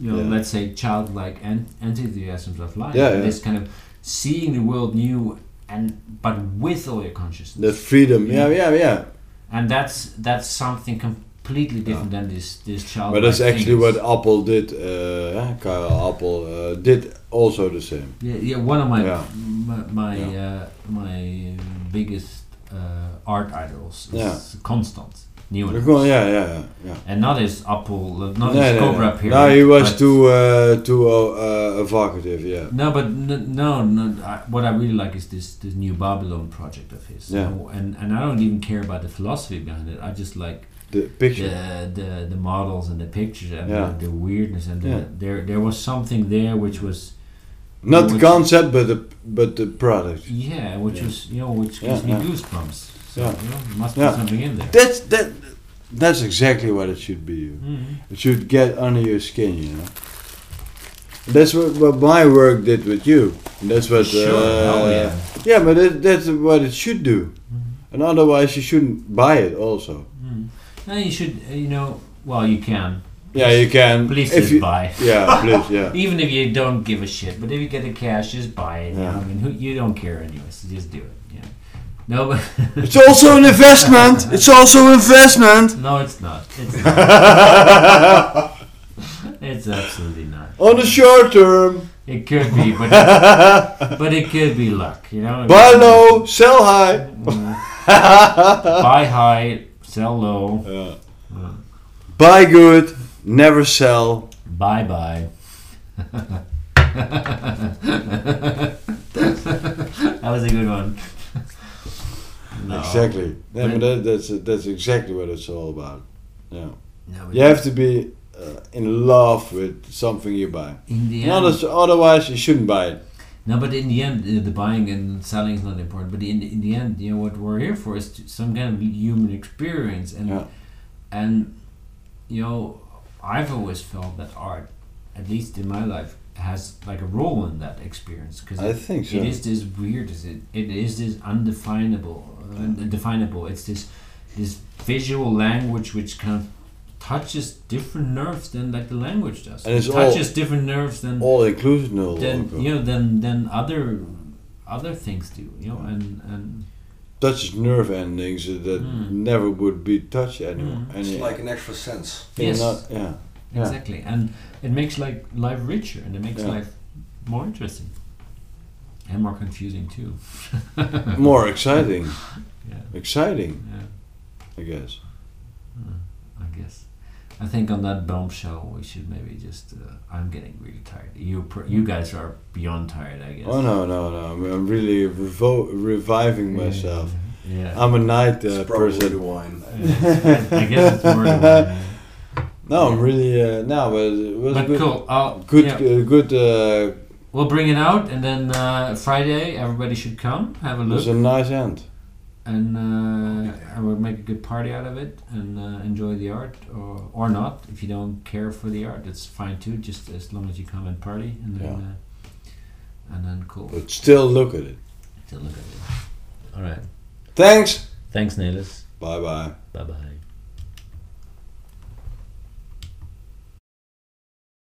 A: you know
B: Yeah.
A: let's say childlike en- enthusiasms of life
B: Yeah,
A: and
B: yeah.
A: this kind of seeing the world new and but with all your consciousness
B: That freedom. Yeah, yeah, yeah.
A: and that's that's something completely different than this this child
B: But that's actually what Apple did. Uh, eh, Kyle Apple uh, did also the same.
A: Yeah, yeah. One of my
B: Yeah.
A: my my,
B: Yeah.
A: Uh, my biggest uh, art idols is
B: Yeah.
A: Constant
B: We're
A: Newman,
B: going- Yeah, yeah, yeah. yeah.
A: and not his Apple, not
B: No,
A: his
B: no,
A: Oh, Cobra
B: no.
A: period.
B: No, he was
A: but-
B: too uh, too uh, evocative. Yeah.
A: No, but n- no, no. I, what I really like is this this new Babylon project of his.
B: Yeah.
A: No, and and I don't even care about the philosophy behind it. I just like
B: The picture.
A: the the, the models and the pictures and
B: Yeah.
A: the, the weirdness and
B: Yeah.
A: the, there there was something there which was
B: Not the
A: Which-
B: concept, but the but the product.
A: yeah which
B: Yeah.
A: was you know which
B: Yeah,
A: gives me
B: yeah.
A: goosebumps. So
B: Yeah.
A: you know, there must
B: Yeah.
A: be something in there.
B: That's that. That's exactly what it should be.
A: Mhm.
B: It should get under your skin, you know. That's what, what my work did with you. And that's what.
A: Sure,
B: uh,
A: hell yeah. Mm-hmm.
B: yeah, but that, that's what it should do. And otherwise, you shouldn't buy it. Also,
A: No, you should, uh, you know, well, you can.
B: Yeah, you can.
A: Please
B: if
A: just
B: you,
A: buy.
B: Yeah, please. Yeah.
A: Even if you don't give a shit, but if you get the cash, just buy it. You
B: Yeah.
A: know? I mean, who, you don't care anyways. so just do it. Yeah. No, but
B: It's also an investment. It's also an investment.
A: no, it's not. It's not.
B: On
A: It's absolutely not.
B: the short term.
A: It could be, but but it could be luck. You know.
B: Buy low, sell high.
A: buy high, sell low.
B: Yeah. Buy good, never sell.
A: Bye bye. that was a good one. No.
B: Exactly. Yeah,
A: But-
B: but that, that's that's exactly what it's all about. Yeah.
A: No, but
B: You have to be uh, in love with something you buy.
A: in the
B: Not
A: end,
B: as, otherwise, you shouldn't buy it.
A: no, but in the end, uh, the buying and selling is not important. But in in the end, you know what we're here for is to, some kind of human experience, and
B: Yeah.
A: and you know, I've always felt that art, at least in my life, has like a role in that experience because
B: I think so.
A: It is this weird. Is it? It is this undefinable, uh, undefinable. It's this this visual language which kind of touches different nerves than like the language does.
B: And it's
A: it
B: all-
A: touches different nerves than
B: all inclusive. No,
A: than
B: longer.
A: you know than than other other things do. You know,
B: Yeah.
A: and and
B: touches nerve endings that
A: Mm.
B: never would be touched anymore.
A: Mm.
B: Any-
D: It's like an extra sense.
B: in
A: Yes.
B: not- yeah. Yeah.
A: exactly, and it makes like life richer, and it makes
B: Yeah.
A: life more interesting and more confusing too.
B: More exciting.
A: Yeah.
B: Exciting,
A: Yeah.
B: I guess.
A: I guess. I think on that bombshell, we should maybe just. Uh, I'm getting really tired. You pr- you guys are beyond tired, I guess.
B: Oh no, no, no! I'm- I'm really revo- reviving myself.
A: Yeah.
B: I'm a night uh,
D: it's probably the
B: person.
D: wine.
A: Yeah. I guess it's more. than one, yeah.
B: No, I'm really uh, no, but it was
A: But
B: good.
A: cool. I'll,
B: Good,
A: yeah.
B: uh, good. Uh,
A: We'll bring it out, and then uh, Friday everybody should come have a
B: it was
A: look,
B: a nice end.
A: and uh,
D: Yeah.
A: I will make a good party out of it, and uh, enjoy the art, or or not. If you don't care for the art, it's fine too. Just as long as you come and party, and then uh, and then cool.
B: But still, look at it.
A: To look at it. All right.
B: Thanks.
C: Thanks, Nelis.
B: Bye bye.
C: Bye bye.